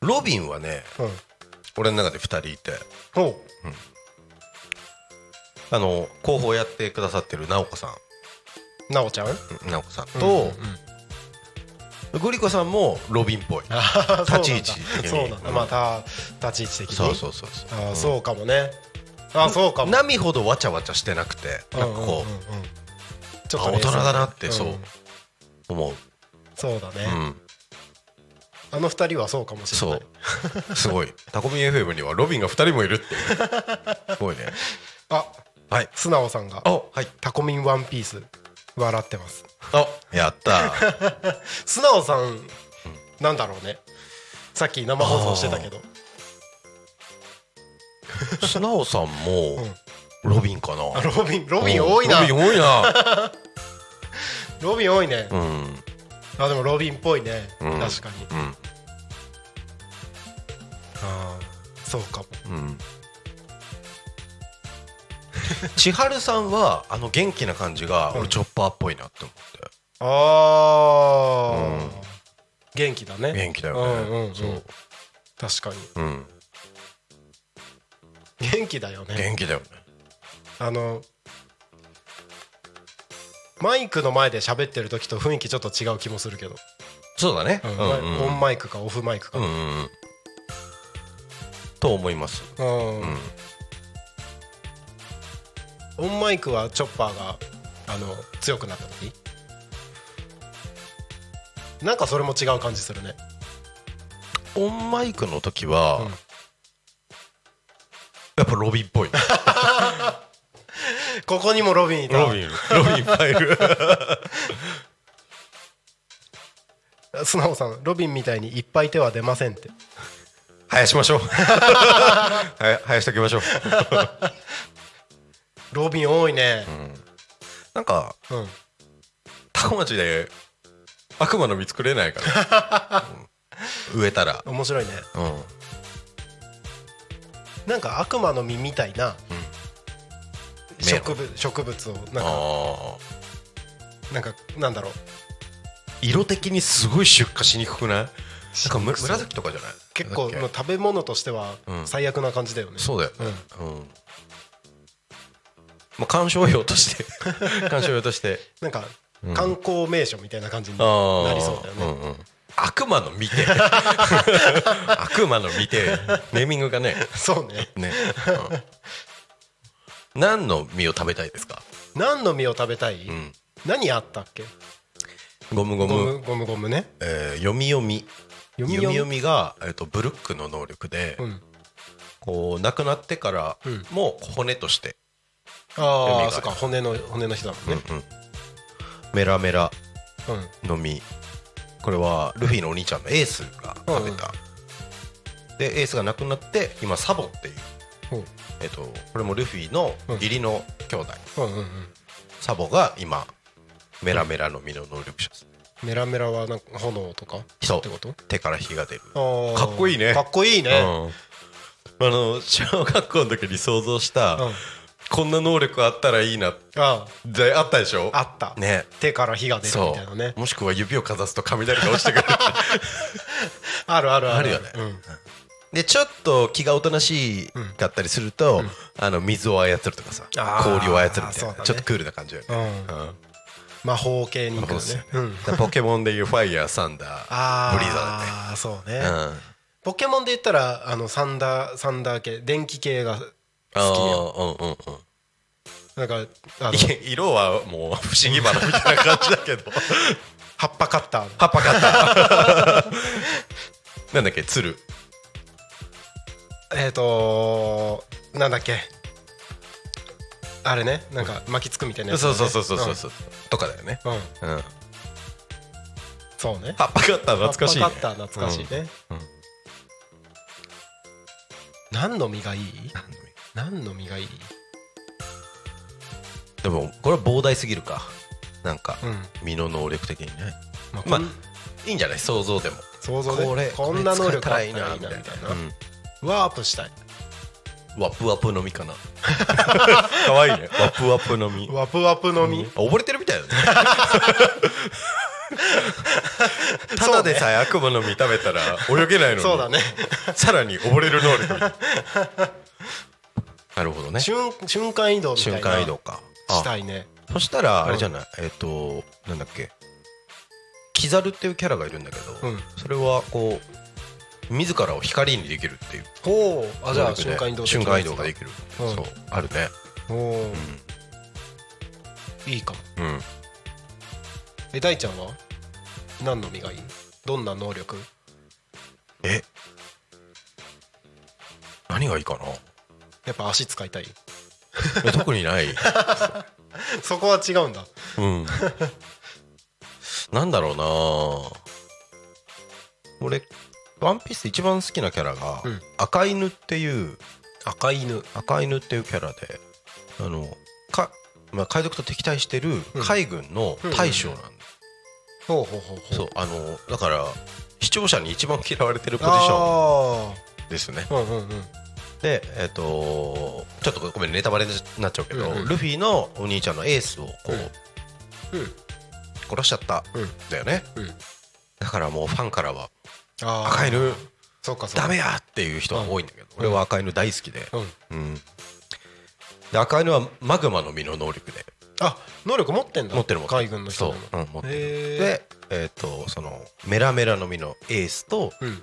[SPEAKER 4] ロビンはね、
[SPEAKER 3] うん
[SPEAKER 4] 俺の中で二人いて、
[SPEAKER 3] おう
[SPEAKER 4] あの、広報やってくださってる直子さん。
[SPEAKER 3] なおちゃん
[SPEAKER 4] なおさ
[SPEAKER 3] うん
[SPEAKER 4] ん
[SPEAKER 3] うん
[SPEAKER 4] と、グリコさんもロビンっぽい
[SPEAKER 3] あー
[SPEAKER 4] 立ち位置的に
[SPEAKER 3] そうなんだそうなんだ
[SPEAKER 4] うん
[SPEAKER 3] また立ち位置的に
[SPEAKER 4] そうそうそうそう
[SPEAKER 3] あーそうかもねあーそうかも
[SPEAKER 4] 波ほどわちゃわちゃしてなくてなんかこ
[SPEAKER 3] うん
[SPEAKER 4] う
[SPEAKER 3] うんうんち
[SPEAKER 4] あ大人だなって
[SPEAKER 3] ん
[SPEAKER 4] そう思う
[SPEAKER 3] そうだね、
[SPEAKER 4] うん
[SPEAKER 3] あの二人はそうかもしれ
[SPEAKER 4] そ
[SPEAKER 3] ないう
[SPEAKER 4] すごいタコミン FM にはロビンが2人もいるっていうすごいね
[SPEAKER 3] あ
[SPEAKER 4] はい
[SPEAKER 3] 素直さんが
[SPEAKER 4] あはい
[SPEAKER 3] タコミンワンピース笑ってます
[SPEAKER 4] あやったー
[SPEAKER 3] 素直さんなんだろうねさっき生放送してたけど
[SPEAKER 4] 素直さんもロビンかな
[SPEAKER 3] あロビンロビン多いな
[SPEAKER 4] ロビン多い な
[SPEAKER 3] ロビン多いね
[SPEAKER 4] うん
[SPEAKER 3] あでもロビンっぽいね
[SPEAKER 4] うん
[SPEAKER 3] 確かに
[SPEAKER 4] うん
[SPEAKER 3] あーそうかも
[SPEAKER 4] うん千春さんはあの元気な感じが
[SPEAKER 3] う
[SPEAKER 4] 俺
[SPEAKER 3] ん
[SPEAKER 4] チョッパーっぽいなって思って
[SPEAKER 3] あー元気だね
[SPEAKER 4] 元気だ
[SPEAKER 3] うんうん
[SPEAKER 4] よ
[SPEAKER 3] う
[SPEAKER 4] ね
[SPEAKER 3] ん
[SPEAKER 4] そう
[SPEAKER 3] 確かに
[SPEAKER 4] うん
[SPEAKER 3] 元気だよね
[SPEAKER 4] 元気だよね
[SPEAKER 3] あのマイクの前で喋ってる時と雰囲気ちょっと違う気もするけど、
[SPEAKER 4] そうだねうんうんう
[SPEAKER 3] オ
[SPEAKER 4] ん
[SPEAKER 3] ンマイクかオフマイクか、
[SPEAKER 4] うんうんうんと思います
[SPEAKER 3] うん
[SPEAKER 4] うん
[SPEAKER 3] オンマイクはチョッパーがあの強くなった時なんかそれも違う感じするね
[SPEAKER 4] オンマイクの時は
[SPEAKER 3] うん
[SPEAKER 4] やっぱロビンっぽい
[SPEAKER 3] ここにもロビンいた
[SPEAKER 4] ロビンロビンいっぱいいる
[SPEAKER 3] 素直さんロビンみたいにいっぱい手は出ませんって
[SPEAKER 4] 生や しましょうはい生やしときましょう
[SPEAKER 3] ロビン多いね
[SPEAKER 4] なんか
[SPEAKER 3] うん、
[SPEAKER 4] タコ町で悪魔の実作れないから、うん植えたら、
[SPEAKER 3] 面白いね
[SPEAKER 4] うん、
[SPEAKER 3] なんか悪魔の実みたいな、
[SPEAKER 4] ん
[SPEAKER 3] 植物植物をなんか
[SPEAKER 4] あ
[SPEAKER 3] なんかなんだろう
[SPEAKER 4] 色的にすごい出荷しにくくないなんかむ紫とかじゃない
[SPEAKER 3] 結構
[SPEAKER 4] だっ
[SPEAKER 3] もう
[SPEAKER 4] け
[SPEAKER 3] 食べ物としては
[SPEAKER 4] うん
[SPEAKER 3] 最悪な感じだよね、
[SPEAKER 4] そうだよね
[SPEAKER 3] うん
[SPEAKER 4] うん、まあ観賞用 として観賞用として
[SPEAKER 3] なんか
[SPEAKER 4] ん
[SPEAKER 3] 観光名所みたいな感じに
[SPEAKER 4] あー
[SPEAKER 3] なりそうだよね、
[SPEAKER 4] んうん悪魔の見 て悪魔の見てネーミングがね
[SPEAKER 3] そうね
[SPEAKER 4] ね、うん何の実を食べたいですか、
[SPEAKER 3] 何の実を食べたい、
[SPEAKER 4] うん、
[SPEAKER 3] 何あったっけ
[SPEAKER 4] ゴムゴム
[SPEAKER 3] ゴムゴムゴムね
[SPEAKER 4] えー読み読み
[SPEAKER 3] 読み
[SPEAKER 4] 読み
[SPEAKER 3] 読
[SPEAKER 4] 読
[SPEAKER 3] み
[SPEAKER 4] みが、えっとブルックの能力で、
[SPEAKER 3] うん
[SPEAKER 4] こう亡くなってから
[SPEAKER 3] うん
[SPEAKER 4] も骨として、
[SPEAKER 3] あ
[SPEAKER 4] 読みがあ
[SPEAKER 3] あ
[SPEAKER 4] る
[SPEAKER 3] そっか骨の骨の人だもんね
[SPEAKER 4] うんうんメラメラ
[SPEAKER 3] うん、
[SPEAKER 4] の実これはルフィのお兄ちゃんのエースが食べたでエースが亡くなって今サボっていう、
[SPEAKER 3] ほう
[SPEAKER 4] えっとこれもルフィの義理の兄弟、
[SPEAKER 3] うんうんうん
[SPEAKER 4] サボが今メラメラの身の能力者です
[SPEAKER 3] メラメラはなんか炎とか
[SPEAKER 4] そう
[SPEAKER 3] ってこと
[SPEAKER 4] 手から火が出る、
[SPEAKER 3] あー
[SPEAKER 4] かっこいいね
[SPEAKER 3] かっこいいね、
[SPEAKER 4] うんあの小学校の時に想像した、
[SPEAKER 3] うん
[SPEAKER 4] こんな能力あったらいいな
[SPEAKER 3] あ
[SPEAKER 4] であったでしょ
[SPEAKER 3] ああった、
[SPEAKER 4] ね
[SPEAKER 3] 手から火が出るみ
[SPEAKER 4] そ
[SPEAKER 3] たいな
[SPEAKER 4] う、
[SPEAKER 3] ね
[SPEAKER 4] もしくは指をかざすと雷が落ちてくる
[SPEAKER 3] あるあるある
[SPEAKER 4] あるよね
[SPEAKER 3] うん
[SPEAKER 4] でちょっと気がおとなしかったりすると、あの水を操るとかさ
[SPEAKER 3] あー
[SPEAKER 4] 氷を操るみたい
[SPEAKER 3] そう
[SPEAKER 4] な、
[SPEAKER 3] だね
[SPEAKER 4] ちょっとクールな感じよね、
[SPEAKER 3] うん
[SPEAKER 4] うん
[SPEAKER 3] 魔法系に行く
[SPEAKER 4] そう
[SPEAKER 3] の
[SPEAKER 4] っすよ
[SPEAKER 3] ねう
[SPEAKER 4] ね、
[SPEAKER 3] ん、
[SPEAKER 4] だからポケモンでいうファイヤーサンダ
[SPEAKER 3] あ
[SPEAKER 4] ーブリザ
[SPEAKER 3] あそうね、
[SPEAKER 4] ーだね、うん、
[SPEAKER 3] ポケモンで言ったらあのサンダーサンダー系電気系が好き
[SPEAKER 4] あ
[SPEAKER 3] よ
[SPEAKER 4] ーうんうんうん
[SPEAKER 3] なんかあの
[SPEAKER 4] いや色はもう不思議花みたいな感じだ けど
[SPEAKER 3] 葉っぱカッター
[SPEAKER 4] 葉っぱ買ったなんだっけ鶴
[SPEAKER 3] えっ、ー、となんだっけあれねなんか巻きつくみたいなやつだ
[SPEAKER 4] そ
[SPEAKER 3] ね、
[SPEAKER 4] うそうそうそうそうそうとかだよね
[SPEAKER 3] うん、うん、
[SPEAKER 4] うん葉っ
[SPEAKER 3] そうね
[SPEAKER 4] ぱ買った懐かしいね
[SPEAKER 3] 葉っぱカッター懐かしいね、
[SPEAKER 4] うんうん
[SPEAKER 3] 何の実がいい何の実がいい
[SPEAKER 4] でもこれは膨大すぎるかなんか
[SPEAKER 3] うん
[SPEAKER 4] 身の能力的にね
[SPEAKER 3] まあ
[SPEAKER 4] まあ
[SPEAKER 3] こん
[SPEAKER 4] いいんじゃない想像でも
[SPEAKER 3] 想像で
[SPEAKER 4] これ
[SPEAKER 3] こんな能力あったらいい
[SPEAKER 4] これ
[SPEAKER 3] な
[SPEAKER 4] 使え
[SPEAKER 3] みたいな
[SPEAKER 4] うん
[SPEAKER 3] ワープしたい
[SPEAKER 4] ワップワップのみかな 可愛いねワップワップのみ
[SPEAKER 3] ワプワプの実、
[SPEAKER 4] あ溺れてるみたい だねただでさえ悪魔の実食べたら泳げないのに
[SPEAKER 3] そうだね
[SPEAKER 4] さらに溺れる能力 なるほどね
[SPEAKER 3] 瞬瞬間移動みたいな
[SPEAKER 4] 瞬間移動か
[SPEAKER 3] したいね
[SPEAKER 4] そしたらあれじゃない、えっ、となんだっけキザルっていうキャラがいるんだけど、
[SPEAKER 3] うん
[SPEAKER 4] それはこう自らを光にできるっていう
[SPEAKER 3] ほうあじゃあ
[SPEAKER 4] 能力で
[SPEAKER 3] 瞬間移動
[SPEAKER 4] 瞬間移動ができる、
[SPEAKER 3] うん
[SPEAKER 4] そうあるね
[SPEAKER 3] おお、いいかも
[SPEAKER 4] うん
[SPEAKER 3] え大ちゃんは何の実がいいどんな能力
[SPEAKER 4] え何がいいかな
[SPEAKER 3] やっぱ足使いた い
[SPEAKER 4] え特 にない
[SPEAKER 3] そこは違うんだ
[SPEAKER 4] うん。なんだろうな俺、ワンピースで一番好きなキャラが、
[SPEAKER 3] うん
[SPEAKER 4] 赤犬っていう、
[SPEAKER 3] 赤犬
[SPEAKER 4] 赤犬っていうキャラで、あの、かまあ、海賊と敵対してる
[SPEAKER 3] うん
[SPEAKER 4] 海軍の大将なんだ、
[SPEAKER 3] ほうほうほうほう
[SPEAKER 4] そう、あの、だから、視聴者に一番嫌われてるポジショ
[SPEAKER 3] あ
[SPEAKER 4] ンですね。
[SPEAKER 3] あうんうんうん
[SPEAKER 4] で、えっ、とちょっとごめん、ネタバレになっちゃうけど、
[SPEAKER 3] うんうん
[SPEAKER 4] ルフィのお兄ちゃんのエースをこう、
[SPEAKER 3] うん
[SPEAKER 4] 殺しちゃった、
[SPEAKER 3] うん
[SPEAKER 4] だよね。
[SPEAKER 3] うん
[SPEAKER 4] だからもうファンからは
[SPEAKER 3] あー
[SPEAKER 4] 赤犬
[SPEAKER 3] そうかそうか
[SPEAKER 4] ダメやっていう人が多いんだけど、
[SPEAKER 3] うん
[SPEAKER 4] 俺は赤犬大好きで,、
[SPEAKER 3] うん
[SPEAKER 4] うん、で赤犬はマグマの実の能力で
[SPEAKER 3] あ能力持ってんだ
[SPEAKER 4] 持ってる持ってる
[SPEAKER 3] 海軍の人
[SPEAKER 4] そう
[SPEAKER 3] でも、
[SPEAKER 4] うん、持ってる
[SPEAKER 3] へー
[SPEAKER 4] でえっ、とそのメラメラの実のエースと,、
[SPEAKER 3] うん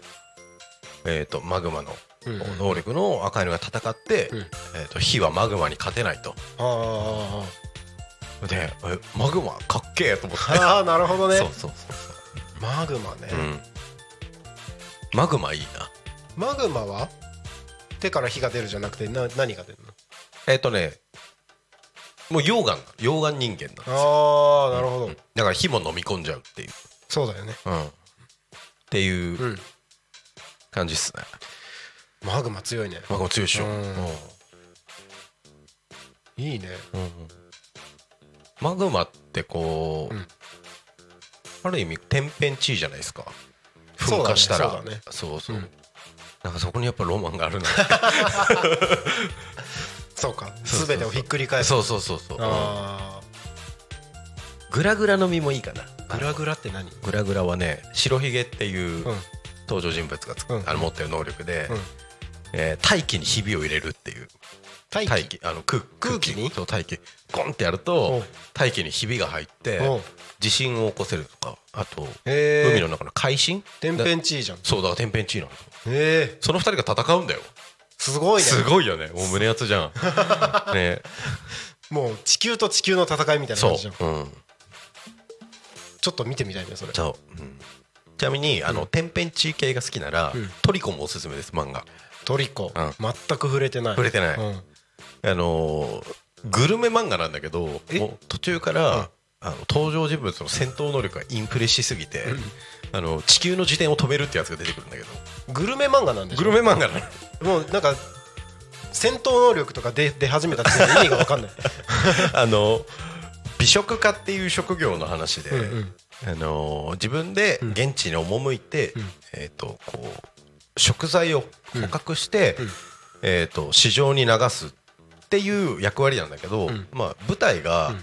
[SPEAKER 4] えー、とマグマの
[SPEAKER 3] うんうん
[SPEAKER 4] 能力の赤犬が戦って、
[SPEAKER 3] うん
[SPEAKER 4] えー、と火はマグマに勝てないと
[SPEAKER 3] あー
[SPEAKER 4] でえマグマかっけえと思っ
[SPEAKER 3] あー あーなるほど
[SPEAKER 4] て
[SPEAKER 3] ね
[SPEAKER 4] そうそうそうそ
[SPEAKER 3] マグマね、
[SPEAKER 4] う、うん、マグマいいな
[SPEAKER 3] マグマは手から火が出るじゃなくてな何が出るの
[SPEAKER 4] えっ、とねもう溶岩溶岩人間なんですよ
[SPEAKER 3] ああなるほど、
[SPEAKER 4] うんだから火も飲み込んじゃうっていう
[SPEAKER 3] そうだよね
[SPEAKER 4] っていう
[SPEAKER 3] うん
[SPEAKER 4] 感じっすね。
[SPEAKER 3] マグマ強いね
[SPEAKER 4] まあ、この強いでしょ。
[SPEAKER 3] うん
[SPEAKER 4] う
[SPEAKER 3] いいね
[SPEAKER 4] んマグマってこう、
[SPEAKER 3] うん
[SPEAKER 4] ある意味天変地異じゃないですか。
[SPEAKER 3] そう
[SPEAKER 4] 噴
[SPEAKER 3] だね
[SPEAKER 4] 火したら。
[SPEAKER 3] そ
[SPEAKER 4] そうう
[SPEAKER 3] だね
[SPEAKER 4] そう
[SPEAKER 3] うん
[SPEAKER 4] なんかそこにやっぱロマンがあるな。
[SPEAKER 3] そうか
[SPEAKER 4] そうそうそ う
[SPEAKER 3] 全てをひっくり返す
[SPEAKER 4] そうそうそうそう。
[SPEAKER 3] あ
[SPEAKER 4] グラグラの実もいいかな。
[SPEAKER 3] あグラグラって何
[SPEAKER 4] グラグラはね、白ひげっていう
[SPEAKER 3] うん
[SPEAKER 4] 登場人物がつく、
[SPEAKER 3] うん
[SPEAKER 4] あの持ってる能力で、
[SPEAKER 3] うん
[SPEAKER 4] えー大気にひびを入れるっていう。
[SPEAKER 3] 大
[SPEAKER 4] 大気あの空
[SPEAKER 3] 空気に
[SPEAKER 4] そう大気ゴンってやる
[SPEAKER 3] お
[SPEAKER 4] と
[SPEAKER 3] う
[SPEAKER 4] 大気にひびが入って
[SPEAKER 3] おう
[SPEAKER 4] 地震を起こせるとかあと
[SPEAKER 3] へー
[SPEAKER 4] 海の中の海進
[SPEAKER 3] 天変地異じゃんへ
[SPEAKER 4] だそうだから天変地異なの
[SPEAKER 3] え
[SPEAKER 4] その二人が戦うんだよ
[SPEAKER 3] すごいね
[SPEAKER 4] すごいよねもう胸熱 じゃんね
[SPEAKER 3] もう地球と地球の戦いみたいな
[SPEAKER 4] そ
[SPEAKER 3] 感
[SPEAKER 4] う
[SPEAKER 3] じじゃん
[SPEAKER 4] うん
[SPEAKER 3] ちょっと見てみたいねそれ
[SPEAKER 4] そううんちなみにあの天変地異系が好きなら
[SPEAKER 3] うん
[SPEAKER 4] トリコもおすすめです漫画
[SPEAKER 3] トリコ
[SPEAKER 4] うん
[SPEAKER 3] 全く触れてない
[SPEAKER 4] 触れてない
[SPEAKER 3] うん
[SPEAKER 4] あのーグルメ漫画なんだけど
[SPEAKER 3] え
[SPEAKER 4] もう途中からあの登場人物の戦闘能力がインプレしすぎて、あの地球の自転を止めるってやつが出てくるんだけど
[SPEAKER 3] グルメ漫画なんでし
[SPEAKER 4] グ
[SPEAKER 3] ょ
[SPEAKER 4] ルメ漫画な
[SPEAKER 3] も
[SPEAKER 4] の
[SPEAKER 3] うなんか戦闘能力とか出出始めたって意味が分かんない
[SPEAKER 4] あの美食家っていう職業の話で、
[SPEAKER 3] うんうん
[SPEAKER 4] あの自分で現地に赴いて、えー、とこう食材を捕獲して、えー、と市場に流すっていう役割なんだけど、
[SPEAKER 3] ん
[SPEAKER 4] まあ、舞台が、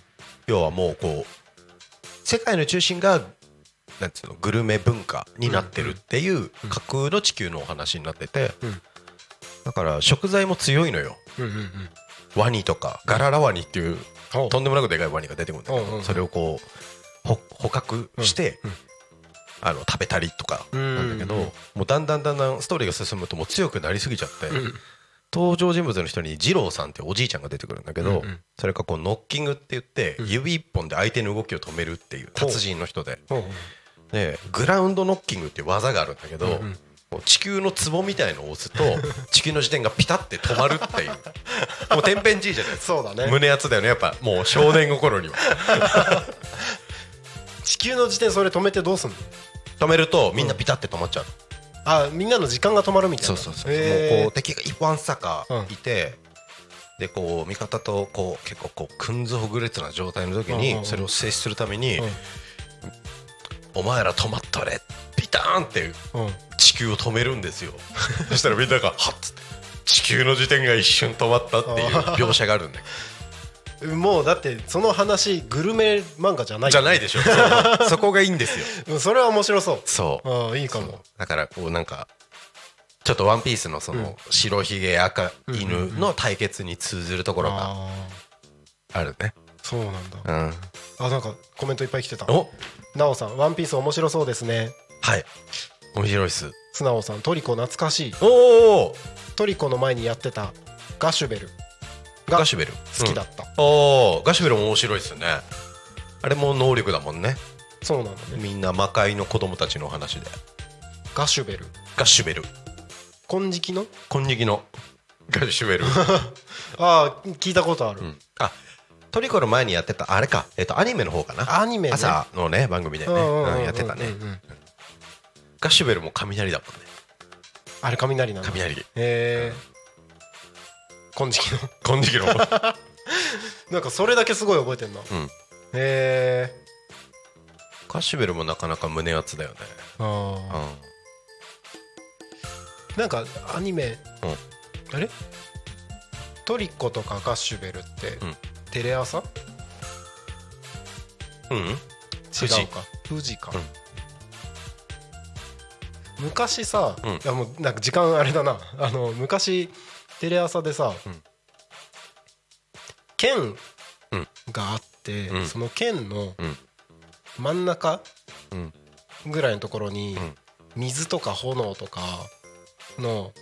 [SPEAKER 4] 要はもうこう世界の中心がなんつうのグルメ文化になってるっていう架空の地球のお話になってて、
[SPEAKER 3] ん
[SPEAKER 4] だから食材も強いのよ。
[SPEAKER 3] うんうんうん
[SPEAKER 4] ワニとかガララワニっていう
[SPEAKER 3] おう
[SPEAKER 4] とんでもなくでかいワニが出てくるんだけ
[SPEAKER 3] おうおうお
[SPEAKER 4] ど
[SPEAKER 3] う
[SPEAKER 4] それをこうほ捕獲して
[SPEAKER 3] うんうん
[SPEAKER 4] あの食べたりとか
[SPEAKER 3] うん
[SPEAKER 4] なんだけど
[SPEAKER 3] うん
[SPEAKER 4] もうだんだんだんだんストーリーが進むともう強くなりすぎちゃって
[SPEAKER 3] うん
[SPEAKER 4] 登場人物の人に二郎さんっておじいちゃんが出てくるんだけ
[SPEAKER 3] うんう
[SPEAKER 4] ど
[SPEAKER 3] ん
[SPEAKER 4] それがこうノッキングって言って指一本で相手の動きを止めるっていう達人の人で
[SPEAKER 3] ほうほう
[SPEAKER 4] でグラウンドノッキングっていう技があるんだけど
[SPEAKER 3] んうん
[SPEAKER 4] こう地球の壺みたいのを押 すと地球の自転がピタって止まるっていうもう天変地異じゃないですか
[SPEAKER 3] そうだね
[SPEAKER 4] 胸熱だよねやっぱもう少年心には
[SPEAKER 3] 地球の自転それ止めてどうすんの
[SPEAKER 4] 止めるとみんなピタって止まっちゃう、
[SPEAKER 3] あみんなの時間が止まるみたいな
[SPEAKER 4] もうこ
[SPEAKER 3] へ
[SPEAKER 4] う敵が一般サカ
[SPEAKER 3] うん
[SPEAKER 4] いて、でこう味方とこう結構こうくんずほぐれつな状態の時
[SPEAKER 3] うんうんう
[SPEAKER 4] に
[SPEAKER 3] ん
[SPEAKER 4] それを制止するために、
[SPEAKER 3] うん
[SPEAKER 4] お前ら止まっとれピターンって
[SPEAKER 3] ーうん
[SPEAKER 4] 地球を止めるん ですよそしたらみんながハッつって地球の時点が一瞬止まったっていう描写があるん だけど
[SPEAKER 3] もうだってその話グルメ漫画じゃない
[SPEAKER 4] じゃないでしょ そうそこがいいんですよ
[SPEAKER 3] うんそれは面白そう
[SPEAKER 4] そう
[SPEAKER 3] ああいいかも
[SPEAKER 4] だからこうなんかちょっと「ワンピースのその白ひげ赤犬の対決に通ずるところが
[SPEAKER 3] あ
[SPEAKER 4] ある
[SPEAKER 3] ー
[SPEAKER 4] ね、
[SPEAKER 3] そうなんだ
[SPEAKER 4] うん、
[SPEAKER 3] あなんかコメントいっぱい来てた
[SPEAKER 4] お
[SPEAKER 3] なおさん「ワンピース面白そうですね
[SPEAKER 4] はい面白いっす」
[SPEAKER 3] 素直さん「トリコ懐かしい」
[SPEAKER 4] おお
[SPEAKER 3] 「トリコの前にやってたガシュベル」が
[SPEAKER 4] ガ
[SPEAKER 3] 好
[SPEAKER 4] シュベル
[SPEAKER 3] きだった、
[SPEAKER 4] うんおおガシュベル面白いっすねあれも能力だもんね
[SPEAKER 3] そうなんだね
[SPEAKER 4] みんな魔界の子供たちの話で
[SPEAKER 3] ガシュベル
[SPEAKER 4] ガシュベル
[SPEAKER 3] 金色の
[SPEAKER 4] 金色のガシュベル、
[SPEAKER 3] ああ聞いたことある、
[SPEAKER 4] うんあトリコの前にやってたあれか、えっとアニメの方かな
[SPEAKER 3] アニメ、ね、
[SPEAKER 4] 朝のね番組でね、
[SPEAKER 3] うんうんうんうん
[SPEAKER 4] うんやってたね、
[SPEAKER 3] うんうん
[SPEAKER 4] ガシュベルも雷だもんね
[SPEAKER 3] あれ雷なんだへ
[SPEAKER 4] 雷
[SPEAKER 3] え金色の
[SPEAKER 4] 金色の
[SPEAKER 3] なんかそれだけすごい覚えてんな、
[SPEAKER 4] ん
[SPEAKER 3] へえ
[SPEAKER 4] カシュベルもなかなか胸熱だよね
[SPEAKER 3] ああなんかアニメ、あれトリコとかガシュベルって、
[SPEAKER 4] ん
[SPEAKER 3] テレ朝
[SPEAKER 4] うん、うん、
[SPEAKER 3] 違
[SPEAKER 4] 富士
[SPEAKER 3] うか富士か、昔さ、
[SPEAKER 4] うん
[SPEAKER 3] いやもうなんか時間あれだなあの昔テレ朝でさ、
[SPEAKER 4] ん
[SPEAKER 3] 県
[SPEAKER 4] うん
[SPEAKER 3] があって、
[SPEAKER 4] うん
[SPEAKER 3] その県の
[SPEAKER 4] うん
[SPEAKER 3] 真ん中
[SPEAKER 4] うん
[SPEAKER 3] ぐらいのところに、
[SPEAKER 4] うん
[SPEAKER 3] 水とか炎とかの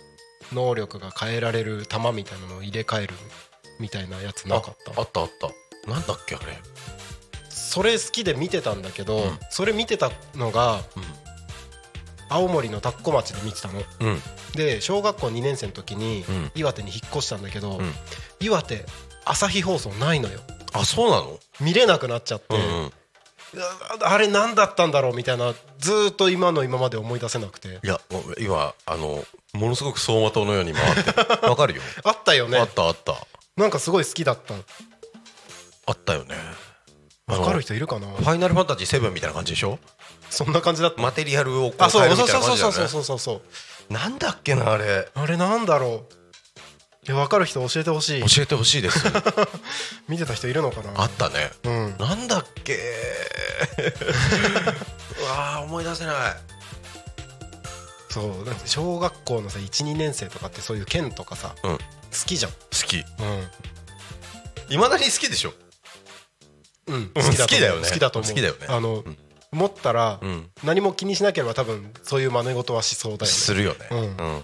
[SPEAKER 3] 能力が変えられる玉みたいなのを入れ替えるみたいなやつなかった
[SPEAKER 4] ああったあったなんだっけあれ
[SPEAKER 3] それ好きで見てたんだけど、
[SPEAKER 4] うん
[SPEAKER 3] それ見てたのが青森の田子町で見てたの
[SPEAKER 4] うんうん
[SPEAKER 3] で小学校2年生の時に
[SPEAKER 4] うん
[SPEAKER 3] 岩手に引っ越したんだけど、
[SPEAKER 4] うん
[SPEAKER 3] 岩手朝日放送ないのよ
[SPEAKER 4] あそうなの
[SPEAKER 3] 見れなくなっちゃって、
[SPEAKER 4] うんうん
[SPEAKER 3] うわあれ何だったんだろうみたいなずーっと今の今まで思い出せなくて
[SPEAKER 4] いやもう今あのものすごく走馬灯のように回って るわかるよ、
[SPEAKER 3] あったよ
[SPEAKER 4] あ
[SPEAKER 3] ね
[SPEAKER 4] ったあった
[SPEAKER 3] なんかすごい好きだった
[SPEAKER 4] あったよねあの
[SPEAKER 3] わかる人いるかな
[SPEAKER 4] ファイナルファンタジー7みたいな感じでしょ
[SPEAKER 3] そんな感じだった
[SPEAKER 4] マテリアルをこ
[SPEAKER 3] あ
[SPEAKER 4] う変
[SPEAKER 3] そ
[SPEAKER 4] え
[SPEAKER 3] う
[SPEAKER 4] る
[SPEAKER 3] そ
[SPEAKER 4] み
[SPEAKER 3] う
[SPEAKER 4] たい
[SPEAKER 3] そ
[SPEAKER 4] な感
[SPEAKER 3] う
[SPEAKER 4] じだ
[SPEAKER 3] そ
[SPEAKER 4] よ
[SPEAKER 3] うそうそ
[SPEAKER 4] ね
[SPEAKER 3] うそうそう
[SPEAKER 4] なんだっけなあれ
[SPEAKER 3] あれなんだろういや分かる人教えてほしい
[SPEAKER 4] 教えてほしいです
[SPEAKER 3] 見てた人いるのかな
[SPEAKER 4] あったね
[SPEAKER 3] うん
[SPEAKER 4] なんだっ けうわあ思い出せない
[SPEAKER 3] そうだって小学校のさ12年生とかってそういう剣とかさ
[SPEAKER 4] うん
[SPEAKER 3] 好きじゃん
[SPEAKER 4] 好き
[SPEAKER 3] う
[SPEAKER 4] いまだに好きでしょ
[SPEAKER 3] ん、うん、
[SPEAKER 4] うん
[SPEAKER 3] 好きだと思う
[SPEAKER 4] 好きだよね
[SPEAKER 3] 好きだと思う
[SPEAKER 4] 好きだよね
[SPEAKER 3] あの、
[SPEAKER 4] うん
[SPEAKER 3] 持ったら、
[SPEAKER 4] うん
[SPEAKER 3] 何も気にしなければ多分そういう真似事はしそうだよ
[SPEAKER 4] するよね、
[SPEAKER 3] うん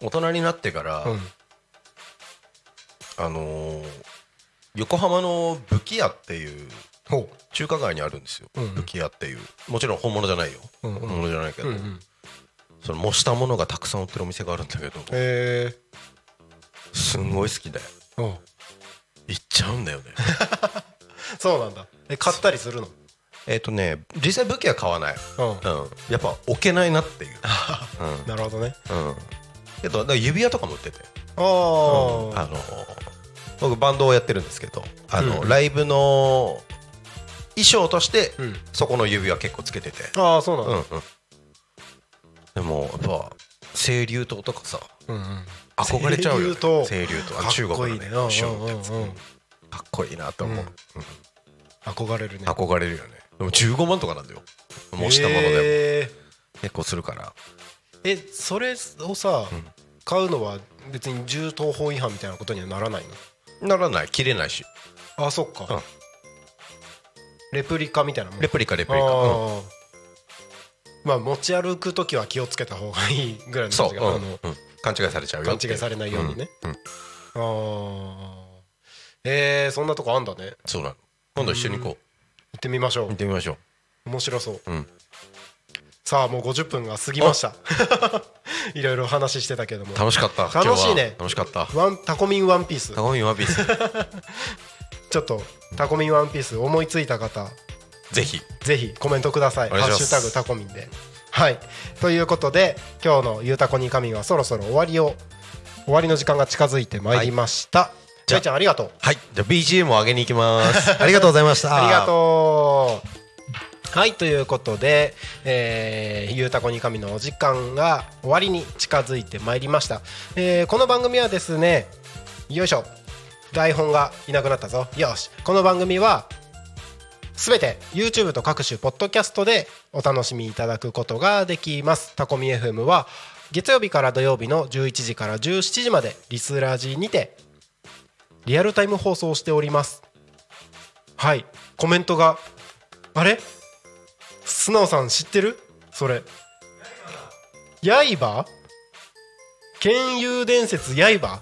[SPEAKER 4] 大人になってから、
[SPEAKER 3] ね、
[SPEAKER 4] あのー横浜の武器屋っていう
[SPEAKER 3] うん、ほ
[SPEAKER 4] 中華街にあるんですよ、
[SPEAKER 3] うんうん
[SPEAKER 4] 武器屋っていうもちろん本物じゃないよ、
[SPEAKER 3] うんうん
[SPEAKER 4] 本物じゃないけ
[SPEAKER 3] う、
[SPEAKER 4] ど、
[SPEAKER 3] うんうん、
[SPEAKER 4] その模したものがたくさん売ってるお店があるんだけど
[SPEAKER 3] え
[SPEAKER 4] すんごい好きで
[SPEAKER 3] ー、おう
[SPEAKER 4] 行っちゃうんだよね
[SPEAKER 3] そうなんだえ買ったりするの
[SPEAKER 4] えっ、とね実際武器は買わない、
[SPEAKER 3] うん
[SPEAKER 4] うん、やっぱ置けないなっ ていう、
[SPEAKER 3] なるほどね
[SPEAKER 4] うん、けどだから指輪とかも売ってて、
[SPEAKER 3] あ
[SPEAKER 4] うん
[SPEAKER 3] あ
[SPEAKER 4] あの僕バンドをやってるんですけどあの、
[SPEAKER 3] うん
[SPEAKER 4] ライブの衣装として、
[SPEAKER 3] うん
[SPEAKER 4] そこの指輪結構つけてて、
[SPEAKER 3] ああそうなん
[SPEAKER 4] うんう
[SPEAKER 3] だ
[SPEAKER 4] ん、でもやっぱ清流島とかさ
[SPEAKER 3] うんうん
[SPEAKER 4] 憧れちゃうよ、ね、
[SPEAKER 3] 清
[SPEAKER 4] 清流島あ
[SPEAKER 3] か
[SPEAKER 4] の中
[SPEAKER 3] っ
[SPEAKER 4] 国
[SPEAKER 3] こ
[SPEAKER 4] の
[SPEAKER 3] いい
[SPEAKER 4] ね
[SPEAKER 3] ね
[SPEAKER 4] シュンってやつ
[SPEAKER 3] うんうんうんうん
[SPEAKER 4] かっこいいなと思う、
[SPEAKER 3] うん憧れるね
[SPEAKER 4] 憧れるよねでも15万とかなんだよ模したものでも、
[SPEAKER 3] え
[SPEAKER 4] 結構するから
[SPEAKER 3] ーえそれをさ
[SPEAKER 4] ん
[SPEAKER 3] 買うのは別に銃刀法違反みたいなことにはならない
[SPEAKER 4] ならない切れないし
[SPEAKER 3] のあそっか、
[SPEAKER 4] うん
[SPEAKER 3] レプリカみたいなもん
[SPEAKER 4] レプリカレプ
[SPEAKER 3] あ
[SPEAKER 4] リカ、うん
[SPEAKER 3] ーまあ持ち歩く時は気をつけた方がいいぐらいの
[SPEAKER 4] そう、
[SPEAKER 3] 感じ
[SPEAKER 4] う
[SPEAKER 3] が
[SPEAKER 4] ん
[SPEAKER 3] あの
[SPEAKER 4] うん勘違いされちゃうよ
[SPEAKER 3] 勘違いされないようにね、
[SPEAKER 4] んうん
[SPEAKER 3] ああえー、そんなとこあんだね
[SPEAKER 4] そうなの今度一緒に行こ
[SPEAKER 3] 行ってみましょ
[SPEAKER 4] う行ってみましょ
[SPEAKER 3] う面白そう
[SPEAKER 4] ううん
[SPEAKER 3] さあもう50分が過ぎました いろいろ話してたけども
[SPEAKER 4] 楽しかった今日は
[SPEAKER 3] 楽しいね
[SPEAKER 4] 楽しか った
[SPEAKER 3] ワンタコミンワンピース
[SPEAKER 4] タコミンワンピース
[SPEAKER 3] ちょっとタコミンワンピース思いついた方
[SPEAKER 4] ぜひ
[SPEAKER 3] ぜひコメントください
[SPEAKER 4] お
[SPEAKER 3] ハ
[SPEAKER 4] 願いし
[SPEAKER 3] ッ
[SPEAKER 4] ます
[SPEAKER 3] シュタグタコミンではいということで今日の「ゆうたこに神」はそろそろ終わりを終わりの時間が近づいてまいりました、じ
[SPEAKER 4] じ
[SPEAKER 3] ゃ
[SPEAKER 4] ゃ
[SPEAKER 3] いちゃんありがとう
[SPEAKER 4] はいじゃあ BGM を上げに行きます ありがとうございました
[SPEAKER 3] ありがとう。はいということで、えーゆうたこに神のお時間が終わりに近づいてまいりました、えーこの番組はですねよいしょ台本がいなくなったぞよしこの番組はすべて YouTube と各種ポッドキャストでお楽しみいただくことができますタコミ FM は月曜日から土曜日の11時から17時までリスラジにてリアルタイム放送しておりますはいコメントがあれ素直さん知ってるそれ刃剣友伝説刃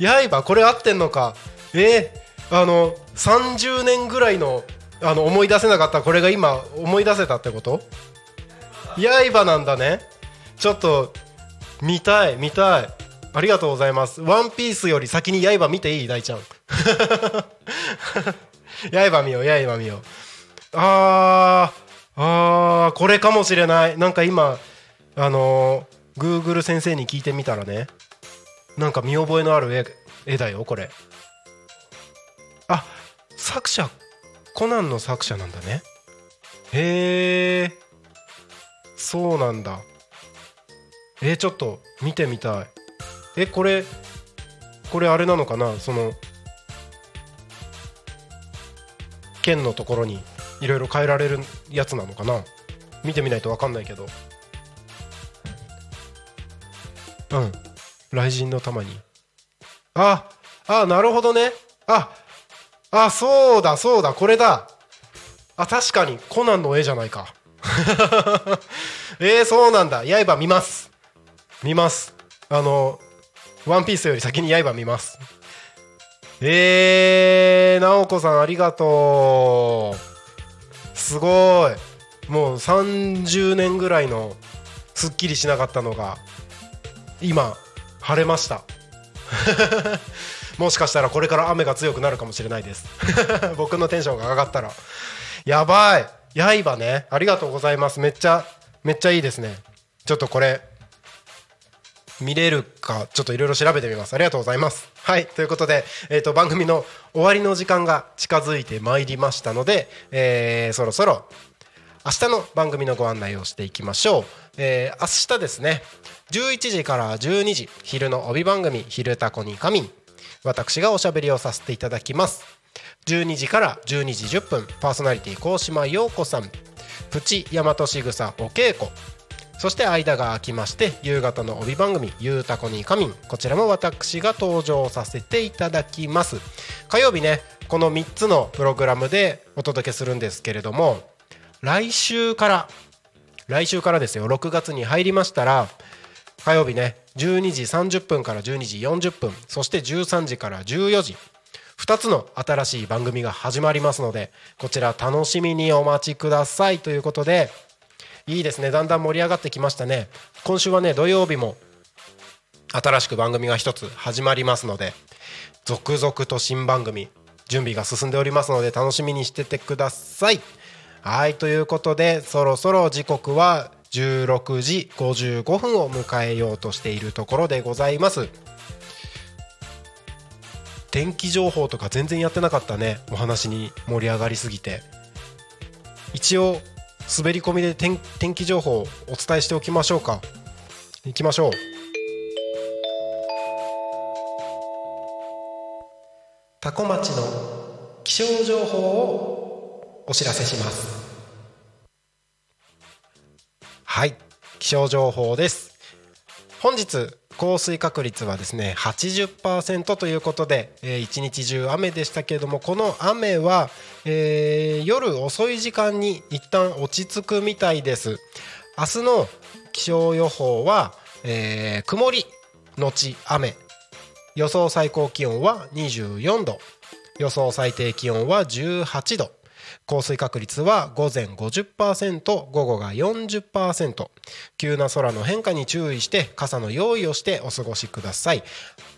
[SPEAKER 3] 刃これ合ってんのかえーあの30年ぐらいのあの思い出せなかったこれが今思い出せたってこと刃なんだねちょっと見たい見たいありがとうございますワンピースより先に刃見ていい大ちゃん 刃見よう刃見ようあーあーこれかもしれないなんか今あのー、Google 先生に聞いてみたらねなんか見覚えのある絵絵だよこれあ作者コナンの作者なんだねへえそうなんだえーちょっと見てみたいえこれこれあれなのかなその剣のところにいろいろ変えられるやつなのかな見てみないと分かんないけどうん雷神の玉にああなるほどねああそうだそうだこれだあ確かにコナンの絵じゃないか えー、そうなんだ刃見ます見ますあのワンピースより先に刃見ますえー、直子さんありがとうすごいもう30年ぐらいのすっきりしなかったのが今晴れました もしかしたらこれから雨が強くなるかもしれないです 僕のテンションが上がったらやばい刃ねありがとうございますめっちゃめっちゃいいですねちょっとこれ見れるかちょっといろいろ調べてみますありがとうございますはいということで、えー、と番組の終わりの時間が近づいてまいりましたので、えーそろそろ明日の番組のご案内をしていきましょう、えー明日ですね11時から12時昼の帯番組「昼タコに仮眠」私がおしゃべりをさせていただきます12時から12時10分パーソナリティ高島陽子さんプチ大和しぐさお稽古そして間が空きまして夕方の帯番組「ゆうたこにかみん」こちらも私が登場させていただきます火曜日ねこの3つのプログラムでお届けするんですけれども来週から来週からですよ6月に入りましたら火曜日ね12時30分から12時40分そして13時から14時2つの新しい番組が始まりますのでこちら楽しみにお待ちくださいということでいいですねだんだん盛り上がってきましたね今週はね土曜日も新しく番組が一つ始まりますので続々と新番組準備が進んでおりますので楽しみにしててください。はいということでそろそろ時刻は16時55分を迎えようとしているところでございます。天気情報とか全然やってなかったねお話に盛り上がりすぎて一応滑り込みで天天気情報をお伝えしておきましょうか行きましょうタコ町の気象情報をお知らせしますはい気象情報です本日降水確率はですね80%ということで、えー一日中雨でしたけれどもこの雨は、えー夜遅い時間に一旦落ち着くみたいです明日の気象予報は、えー曇りのち雨予想最高気温は24度予想最低気温は18度降水確率は午前50%午後が40%急な空の変化に注意して傘の用意をしてお過ごしください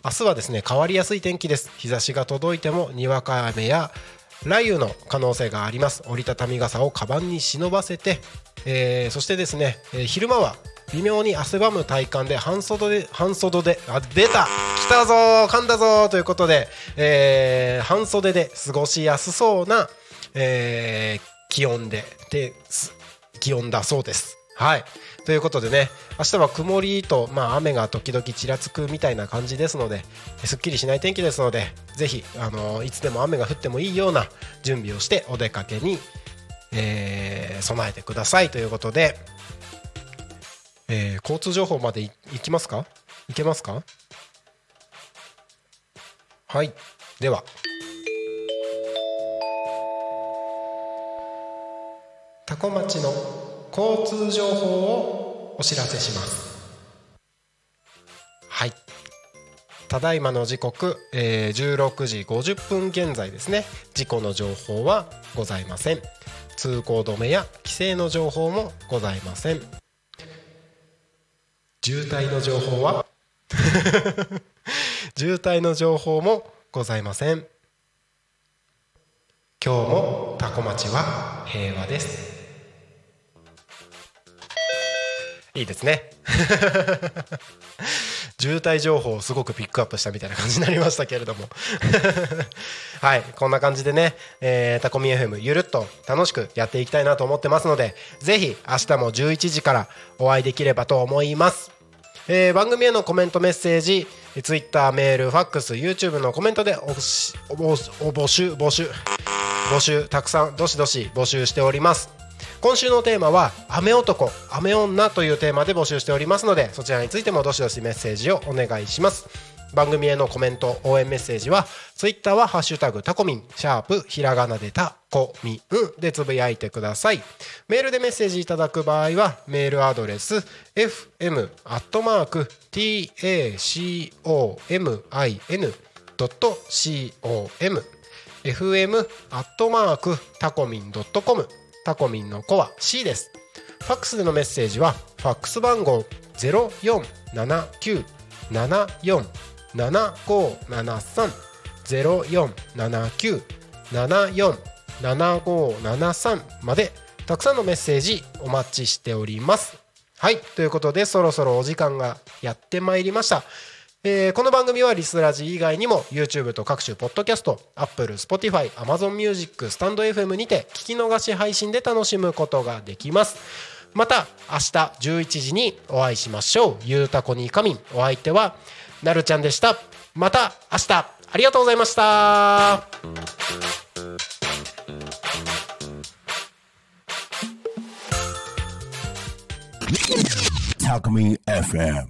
[SPEAKER 3] 明日はですね変わりやすい天気です日差しが届いてもにわか雨や雷雨の可能性があります折りたたみ傘をカバンに忍ばせて、えーそしてですね、えー昼間は微妙に汗ばむ体感で半袖で半袖であ出た来たぞー噛んだぞーということで、えー半袖で過ごしやすそうな、えー気温でです気温だそうです。はいということでね明日は曇りと、まあ、雨が時々ちらつくみたいな感じですのですっきりしない天気ですのでぜひ、あのいつでも雨が降ってもいいような準備をしてお出かけに、えー備えてくださいということで、えー交通情報までいいきますかいけますかはいではタコ町の交通情報をお知らせしますはいただいまの時刻、えー16時50分現在ですね事故の情報はございません通行止めや規制の情報もございません渋滞の情報は 渋滞の情報もございません今日もタコ町は平和ですいいですね 渋滞情報をすごくピックアップしたみたいな感じになりましたけれども はいこんな感じでね、えータコミ FM ゆるっと楽しくやっていきたいなと思ってますのでぜひ明日も11時からお会いできればと思いますえー番組へのコメントメッセージえー Twitter メールファックス YouTube のコメントでおしおぼしお募集募集募集たくさんどしどし募集しております今週のテーマは「雨男雨女」というテーマで募集しておりますのでそちらについてもどしどしメッセージをお願いします番組へのコメント応援メッセージは Twitter は「ハッシュタグタコミン」シャープひらがなでタコミンでつぶやいてくださいメールでメッセージいただく場合はメールアドレス fm.tacomin.com fm アットマークタコミンドットコムタコミンの子は C です。ファックスでのメッセージはファックス番号ゼロ四七九七四七五七三ゼロ四七九七四七五七三までたくさんのメッセージお待ちしております。はいということでそろそろお時間がやってまいりました、えーこの番組はリスラジ以外にも YouTube と各種ポッドキャスト Apple、Spotify、AmazonMusic、StandFM にて聞き逃し配信で楽しむことができますまた明日11時にお会いしましょうゆうたこにかみんお相手はなるちゃんでしたまた明日ありがとうございました
[SPEAKER 2] タコミ FM